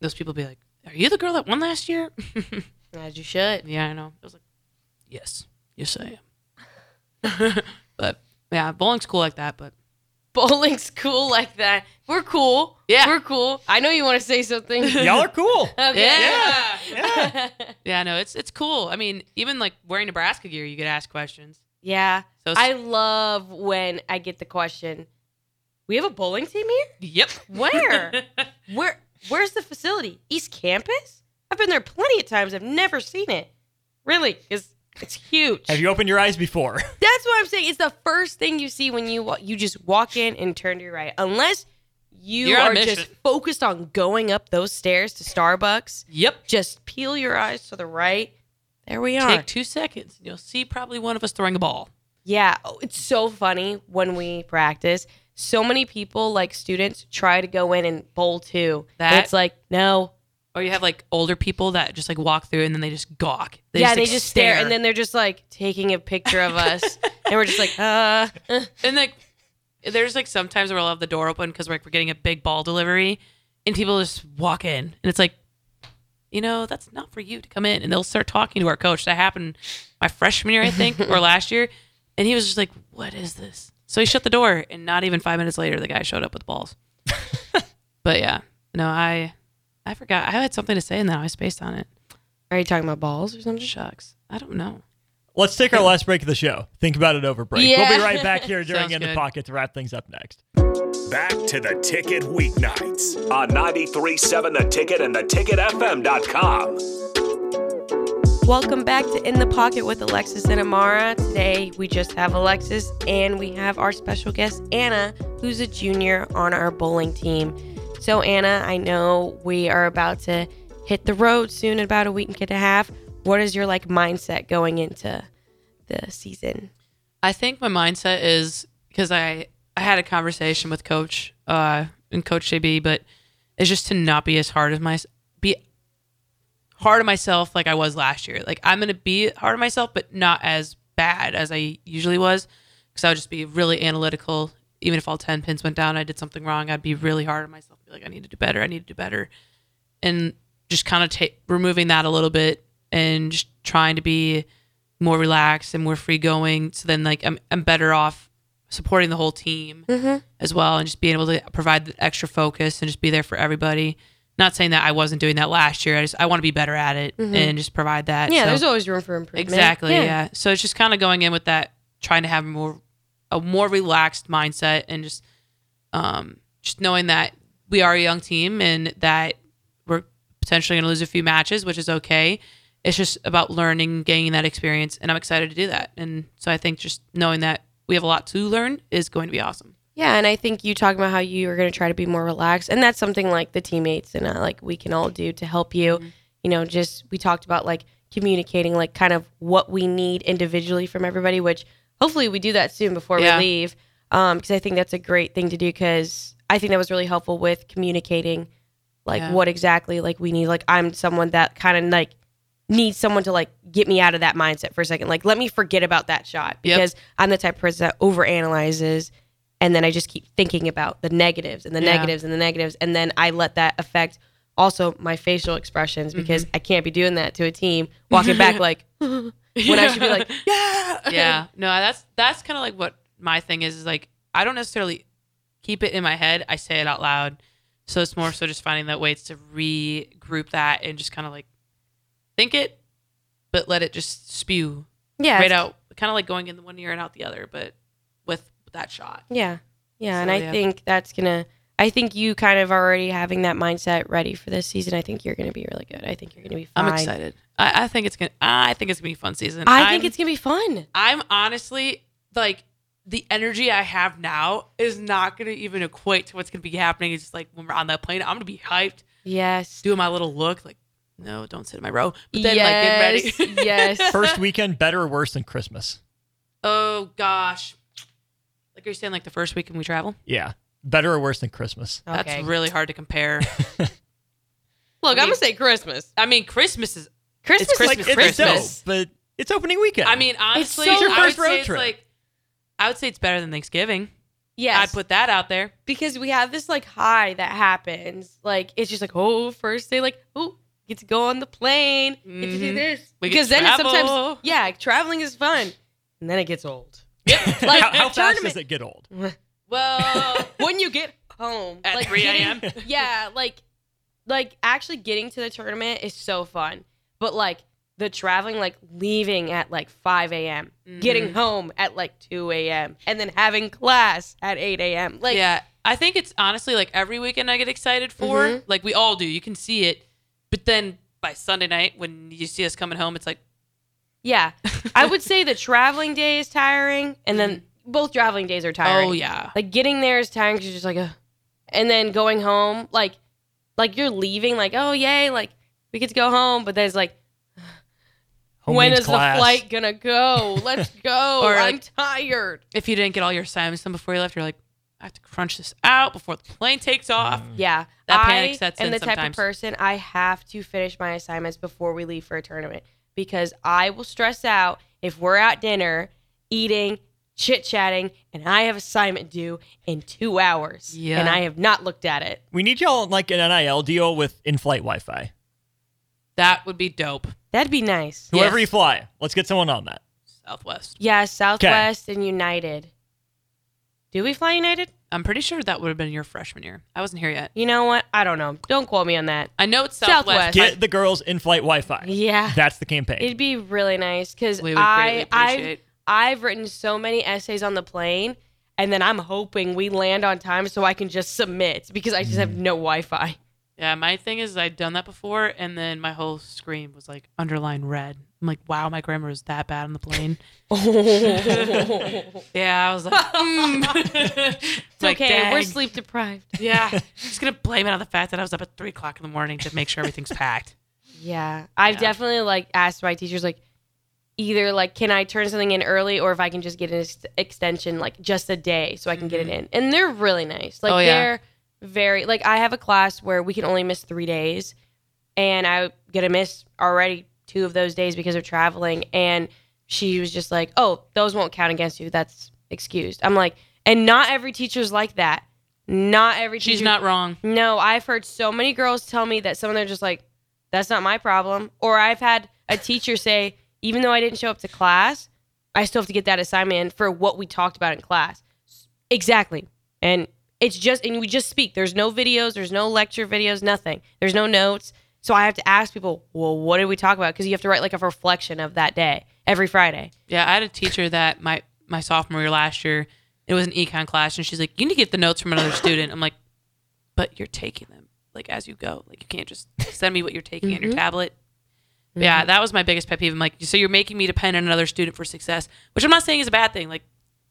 [SPEAKER 3] those people be like, "Are you the girl that won last year?"
[SPEAKER 2] As you should.
[SPEAKER 3] yeah, I know. I was like, "Yes, yes, I am." but yeah, bowling's cool like that. But
[SPEAKER 2] Bowling's cool like that. We're cool.
[SPEAKER 3] Yeah.
[SPEAKER 2] We're cool. I know you want to say something.
[SPEAKER 4] Y'all are cool.
[SPEAKER 2] Okay.
[SPEAKER 3] Yeah.
[SPEAKER 4] Yeah.
[SPEAKER 3] yeah, no, it's it's cool. I mean, even like wearing Nebraska gear, you get asked questions.
[SPEAKER 2] Yeah.
[SPEAKER 3] So
[SPEAKER 2] I love when I get the question, we have a bowling team here?
[SPEAKER 3] yep,
[SPEAKER 2] Where? Where where's the facility? East Campus? I've been there plenty of times. I've never seen it. Really, because it's huge.
[SPEAKER 4] Have you opened your eyes before?
[SPEAKER 2] That's what I'm saying. It's the first thing you see when you wa- you just walk in and turn to your right. Unless you
[SPEAKER 3] You're on a
[SPEAKER 2] are just
[SPEAKER 3] mission.
[SPEAKER 2] focused on going up those stairs to Starbucks,
[SPEAKER 3] yep.
[SPEAKER 2] just peel your eyes to the right. There we are.
[SPEAKER 3] Take two seconds, and you'll see probably one of us throwing a ball.
[SPEAKER 2] Yeah, oh, it's so funny when we practice. So many people, like students, try to go in and bowl too.
[SPEAKER 3] That-
[SPEAKER 2] And it's like no,
[SPEAKER 3] Or you have like older people that just like walk through and then they just gawk.
[SPEAKER 2] yeah,
[SPEAKER 3] like,
[SPEAKER 2] they just stare. and then they're just like taking a picture of us, and we're just like, uh, uh.
[SPEAKER 3] And like, there's like sometimes where I'll have the door open because like we're getting a big ball delivery, and people just walk in, and it's like, you know, that's not for you to come in, and they'll start talking to our coach. That happened my freshman year, I think, or last year, and he was just like, "What is this?" So he shut the door, and not even five minutes later, the guy showed up with balls. but yeah, no, I, I forgot I had something to say, and then I spaced on it.
[SPEAKER 2] are you talking about balls or something?
[SPEAKER 3] Shucks, I don't know.
[SPEAKER 4] Let's take our last break of the show. Think about it over break. We'll
[SPEAKER 2] Yeah.
[SPEAKER 4] be right back here during
[SPEAKER 3] Sounds
[SPEAKER 4] In the
[SPEAKER 3] good.
[SPEAKER 4] Pocket to wrap things up next.
[SPEAKER 1] Back to the ticket weeknights on 937 The Ticket and theticketfm.com.
[SPEAKER 2] Welcome back to In the Pocket with Alexis and Amara. Today we just have Alexis and we have our special guest Anna, who's a junior on our bowling team. So Anna, I know we are about to hit the road soon in about a week and a half. What is your like mindset going into the season?
[SPEAKER 3] I think my mindset is because I I had a conversation with Coach uh, and Coach JB, but it's just to not be as hard as my be hard on myself like I was last year. Like I'm gonna be hard on myself, but not as bad as I usually was, because I would just be really analytical. Even if all ten pins went down, I did something wrong. I'd be really hard on myself. Be like, I need to do better. I need to do better, and just kind of ta- removing that a little bit and just trying to be more relaxed and more free going. So then, like, I'm I'm better off supporting
[SPEAKER 2] Mm-hmm.
[SPEAKER 3] the whole team as well, and just being able to provide the extra focus and just be there for everybody. Not saying that I wasn't doing that last year. I just I want to be better at it and just provide that.
[SPEAKER 2] Mm-hmm. Yeah,
[SPEAKER 3] So-
[SPEAKER 2] there's always room for improvement.
[SPEAKER 3] exactly. Yeah. So it's just kind of going in with that, trying to have a more a more relaxed mindset and just um just knowing that we are a young team and that we're potentially going to lose a few matches, which is okay. It's just about learning, gaining that experience, and I'm excited to do that. And so I think just knowing that we have a lot to learn is going to be awesome.
[SPEAKER 2] Yeah, and I think you talking about how you are going to try to be more relaxed, and that's something like the teammates and uh, like we can all do to help you.
[SPEAKER 3] Mm-hmm.
[SPEAKER 2] You know, just we talked about like communicating, like kind of what we need individually from everybody, which hopefully we do that soon before
[SPEAKER 3] Yeah.
[SPEAKER 2] we leave, because I think that's a great thing to do. Because I think that was really helpful with communicating, like
[SPEAKER 3] Yeah.
[SPEAKER 2] what exactly like we need. Like I'm someone that kind of like needs someone to like get me out of that mindset for a second. Like let me forget about that shot
[SPEAKER 3] Yep.
[SPEAKER 2] because I'm the type of person that overanalyzes and then I just keep thinking about the negatives and the
[SPEAKER 3] Yeah.
[SPEAKER 2] negatives and the negatives and then I let that affect also my facial expressions because I can't be doing that to a team walking back like when I should be like yeah
[SPEAKER 3] yeah no that's that's kind of like what my thing is is like i don't necessarily keep it in my head i say it out loud so it's more so just finding that ways to regroup that and just kind of like think it but let it just spew
[SPEAKER 2] yeah
[SPEAKER 3] right
[SPEAKER 2] it's-
[SPEAKER 3] out kind of like going in the one ear and out the other but with that shot
[SPEAKER 2] yeah yeah and
[SPEAKER 3] So,
[SPEAKER 2] I
[SPEAKER 3] yeah.
[SPEAKER 2] think that's gonna I think you kind of already having that mindset ready for this season I think you're gonna be really good I think you're gonna be fine
[SPEAKER 3] i'm excited I, I think it's gonna i think it's gonna be a fun season
[SPEAKER 2] I
[SPEAKER 3] I'm-
[SPEAKER 2] think it's gonna be fun
[SPEAKER 3] I'm honestly like the energy I have now is not gonna even equate to what's gonna be happening. It's just like when we're on that plane, I'm gonna be hyped,
[SPEAKER 2] yes
[SPEAKER 3] doing my little look, like no, don't sit in my row. But then like
[SPEAKER 2] Yes,
[SPEAKER 3] getting ready.
[SPEAKER 2] yes
[SPEAKER 4] First weekend, better or worse than Christmas?
[SPEAKER 3] oh gosh, like you're saying, like the first weekend we travel,
[SPEAKER 4] Yeah, better or worse than Christmas.
[SPEAKER 2] Okay.
[SPEAKER 3] that's really hard to compare.
[SPEAKER 2] look
[SPEAKER 3] I
[SPEAKER 2] I'm
[SPEAKER 3] mean-
[SPEAKER 2] gonna say Christmas
[SPEAKER 3] I mean, Christmas is.
[SPEAKER 2] Christmas is
[SPEAKER 3] Christmas,
[SPEAKER 4] like, it's dope,
[SPEAKER 3] Christmas.
[SPEAKER 4] but it's opening weekend.
[SPEAKER 3] I mean, honestly,
[SPEAKER 2] so
[SPEAKER 4] It's your
[SPEAKER 3] I would
[SPEAKER 4] first road
[SPEAKER 3] say it's
[SPEAKER 4] trip.
[SPEAKER 3] like. I would say it's better than Thanksgiving.
[SPEAKER 2] yes
[SPEAKER 3] I'd put that out there.
[SPEAKER 2] because we have this like high that happens. Like it's just like oh, first day, like oh, get to go on the plane, get to do
[SPEAKER 3] Mhm.
[SPEAKER 2] this.
[SPEAKER 3] We get
[SPEAKER 2] because
[SPEAKER 3] to
[SPEAKER 2] then it's sometimes
[SPEAKER 3] travel.
[SPEAKER 2] yeah, like, traveling is fun, and then it gets old.
[SPEAKER 4] like, how, how fast
[SPEAKER 2] tournament-
[SPEAKER 4] does it get old?
[SPEAKER 3] Well,
[SPEAKER 2] When you get home
[SPEAKER 3] At
[SPEAKER 2] like
[SPEAKER 3] 3
[SPEAKER 2] getting-
[SPEAKER 3] a.m..
[SPEAKER 2] yeah, like like actually getting to the tournament is so fun, but like the traveling, like leaving at like 5 a.m., getting
[SPEAKER 3] Mm-hmm.
[SPEAKER 2] home at like 2 a.m., and then having class at 8 a.m. Like
[SPEAKER 3] yeah, I think it's honestly like every weekend I get excited for.
[SPEAKER 2] Mhm.
[SPEAKER 3] Like we all do. You can see it, but then by Sunday night when you see us coming home, it's like
[SPEAKER 2] Yeah. I would say the traveling day is tiring, and then both traveling days are tiring.
[SPEAKER 3] Mm-hmm. oh yeah,
[SPEAKER 2] Like getting there is tiring 'cause you're just like, Ugh. and then going home, like, like you're leaving, like, oh yay, like we get to go home, but then it's like,
[SPEAKER 4] Home
[SPEAKER 2] when
[SPEAKER 4] means
[SPEAKER 2] is
[SPEAKER 4] class.
[SPEAKER 2] the flight gonna go? Let's go.
[SPEAKER 3] Or,
[SPEAKER 2] I'm
[SPEAKER 3] like-
[SPEAKER 2] tired.
[SPEAKER 3] if you didn't get all your assignments done before you left, you're like, I have to crunch this out before the plane takes off.
[SPEAKER 2] Yeah,
[SPEAKER 3] Mm. That
[SPEAKER 2] I
[SPEAKER 3] panic sets
[SPEAKER 2] am
[SPEAKER 3] in
[SPEAKER 2] the type of
[SPEAKER 3] sometimes.
[SPEAKER 2] person I have to finish my assignments before we leave for a tournament because I will stress out if we're at dinner, eating, chit chatting, and I have assignment due in two hours,
[SPEAKER 3] Yeah.
[SPEAKER 2] and I have not looked at it.
[SPEAKER 4] We need y'all on, like an NIL deal with in-flight Wi-Fi.
[SPEAKER 3] That would be dope.
[SPEAKER 2] That'd be nice.
[SPEAKER 3] Yeah.
[SPEAKER 4] Whoever
[SPEAKER 3] Yes.
[SPEAKER 4] you fly, let's get someone on that.
[SPEAKER 3] Southwest.
[SPEAKER 2] Yeah, Southwest and United. Do we fly United?
[SPEAKER 3] I'm pretty sure that would have been your freshman year. I wasn't here yet.
[SPEAKER 2] You know what? I don't know. Don't quote me on that.
[SPEAKER 3] I know it's
[SPEAKER 2] Southwest.
[SPEAKER 3] Southwest.
[SPEAKER 4] Get the girls in-flight Wi-Fi.
[SPEAKER 2] Yeah.
[SPEAKER 4] That's the campaign.
[SPEAKER 2] It'd be really nice because
[SPEAKER 3] but we would
[SPEAKER 2] I
[SPEAKER 3] greatly
[SPEAKER 2] I've,
[SPEAKER 3] appreciate.
[SPEAKER 2] I've written so many essays on the plane, and then I'm hoping we land on time so I can just submit because I just have no Wi-Fi.
[SPEAKER 3] yeah, my thing is I've done that before, and then my whole screen was like underlined red. I'm like, wow, my grammar is that bad on the plane. Yeah, I was like, hmm. mm.
[SPEAKER 2] It's okay, we're sleep deprived.
[SPEAKER 3] Yeah, I'm just gonna blame it on the fact that I was up at three o'clock in the morning to make sure everything's packed.
[SPEAKER 2] Yeah, I've definitely like asked my teachers like either like can I turn something in early or if I can just get an ex- extension like just a day so I can get it in. And they're really nice. Like
[SPEAKER 3] Mm-hmm. Oh, yeah.
[SPEAKER 2] they're very like I have a class where we can only miss 3 days and I gonna miss already two of those days because of traveling and she was just like, "Oh, those won't count against you. That's excused." I'm like, "And not every teacher's like that. Not every
[SPEAKER 3] She's
[SPEAKER 2] teacher-
[SPEAKER 3] not wrong.
[SPEAKER 2] no, I've heard so many girls tell me that some of them are just like, that's not my problem. Or I've had a teacher say, even though I didn't show up to class, I still have to get that assignment in for what we talked about in class. Exactly. And It's just and we just speak. There's no videos. There's no lecture videos. Nothing. There's no notes. So I have to ask people, well, what did we talk about? Because you have to write like a reflection of that day every Friday.
[SPEAKER 3] Yeah, I had a teacher that my my sophomore year last year. It was an econ class, and she's like, "You need to get the notes from another student." I'm like, "But you're taking them like as you go. Like you can't just send me what you're taking on your
[SPEAKER 2] Mm-hmm.
[SPEAKER 3] tablet." But Yeah, that was my biggest pet peeve. I'm like, "So you're making me depend on another student for success," which I'm not saying is a bad thing. Like,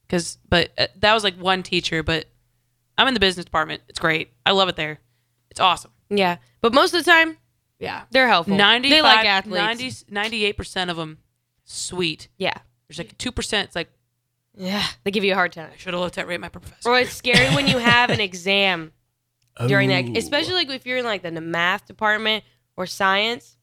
[SPEAKER 3] because but uh, that was like one teacher. But I'm in the business department. It's great. I love it there. It's awesome.
[SPEAKER 2] Yeah, but most of the time
[SPEAKER 3] Yeah,
[SPEAKER 2] they're helpful.
[SPEAKER 3] ninety.
[SPEAKER 2] They like athletes.
[SPEAKER 3] 98 percent of them, sweet.
[SPEAKER 2] Yeah,
[SPEAKER 3] There's like two percent. It's like
[SPEAKER 2] yeah, they give you a hard time.
[SPEAKER 3] I should have looked at rate my professor.
[SPEAKER 2] Or it's scary when you have an exam during
[SPEAKER 4] Ooh.
[SPEAKER 2] that, especially like if you're in like the math department or science.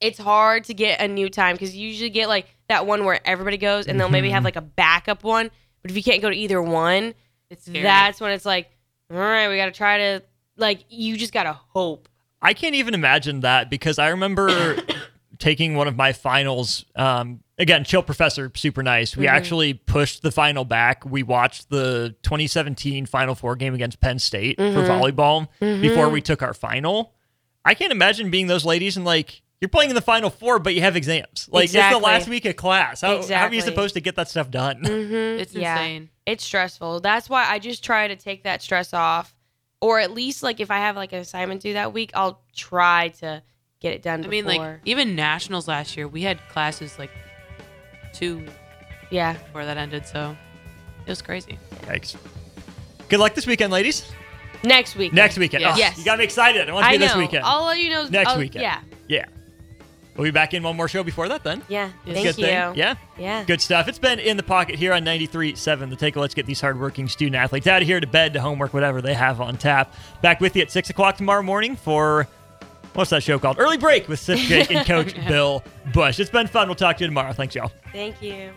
[SPEAKER 2] It's hard to get a new time because you usually get like that one where everybody goes, and they'll maybe have like a backup one. But if you can't go to either one,
[SPEAKER 3] It's scary.
[SPEAKER 2] that's when it's like, all right, we got to try to like you just gotta hope.
[SPEAKER 4] I can't even imagine that because I remember taking one of my finals. Um, again, chill professor, super nice. We
[SPEAKER 2] Mm-hmm.
[SPEAKER 4] actually pushed the final back. We watched the 2017 Final Four game against Penn State for
[SPEAKER 2] Mm-hmm.
[SPEAKER 4] volleyball before we took our final. I can't imagine being those ladies and like you're playing in the Final Four, but you have exams. Like it's
[SPEAKER 2] Exactly.
[SPEAKER 4] the last week of class. How, how are
[SPEAKER 2] Exactly.
[SPEAKER 4] you supposed to get that stuff done?
[SPEAKER 3] Mm-hmm. It's
[SPEAKER 2] Yeah.
[SPEAKER 3] insane.
[SPEAKER 2] It's stressful. That's why I just try to take that stress off, or at least like if I have like an assignment due that week, I'll try to get it done.
[SPEAKER 3] I mean, like even nationals last year, we had classes like two
[SPEAKER 2] yeah.
[SPEAKER 3] before that ended, so it was crazy.
[SPEAKER 2] Mm-hmm.
[SPEAKER 4] Thanks. Good luck this weekend, ladies.
[SPEAKER 2] Next week.
[SPEAKER 4] Next weekend.
[SPEAKER 3] Yeah.
[SPEAKER 4] Oh,
[SPEAKER 2] Yes.
[SPEAKER 4] You got me excited. I want to
[SPEAKER 2] I
[SPEAKER 4] be
[SPEAKER 2] know.
[SPEAKER 4] this weekend.
[SPEAKER 2] I'll let you know
[SPEAKER 4] Next
[SPEAKER 2] I'll-
[SPEAKER 4] weekend.
[SPEAKER 2] Yeah.
[SPEAKER 4] Yeah. We'll be back in one more show before that then.
[SPEAKER 2] Yeah.
[SPEAKER 3] It's a
[SPEAKER 2] Thank
[SPEAKER 4] Good
[SPEAKER 2] you.
[SPEAKER 4] thing. Yeah.
[SPEAKER 2] Yeah.
[SPEAKER 4] Good stuff. It's been in the pocket here on 93.7 The Tickle. Let's get these hardworking student athletes out of here to bed, to homework, whatever they have on tap. Back with you at 6 o'clock tomorrow morning for what's that show called? Early Break with Sif Jake and Coach Bill Bush. It's been fun. We'll talk to you tomorrow. Thanks, y'all.
[SPEAKER 2] Thank you.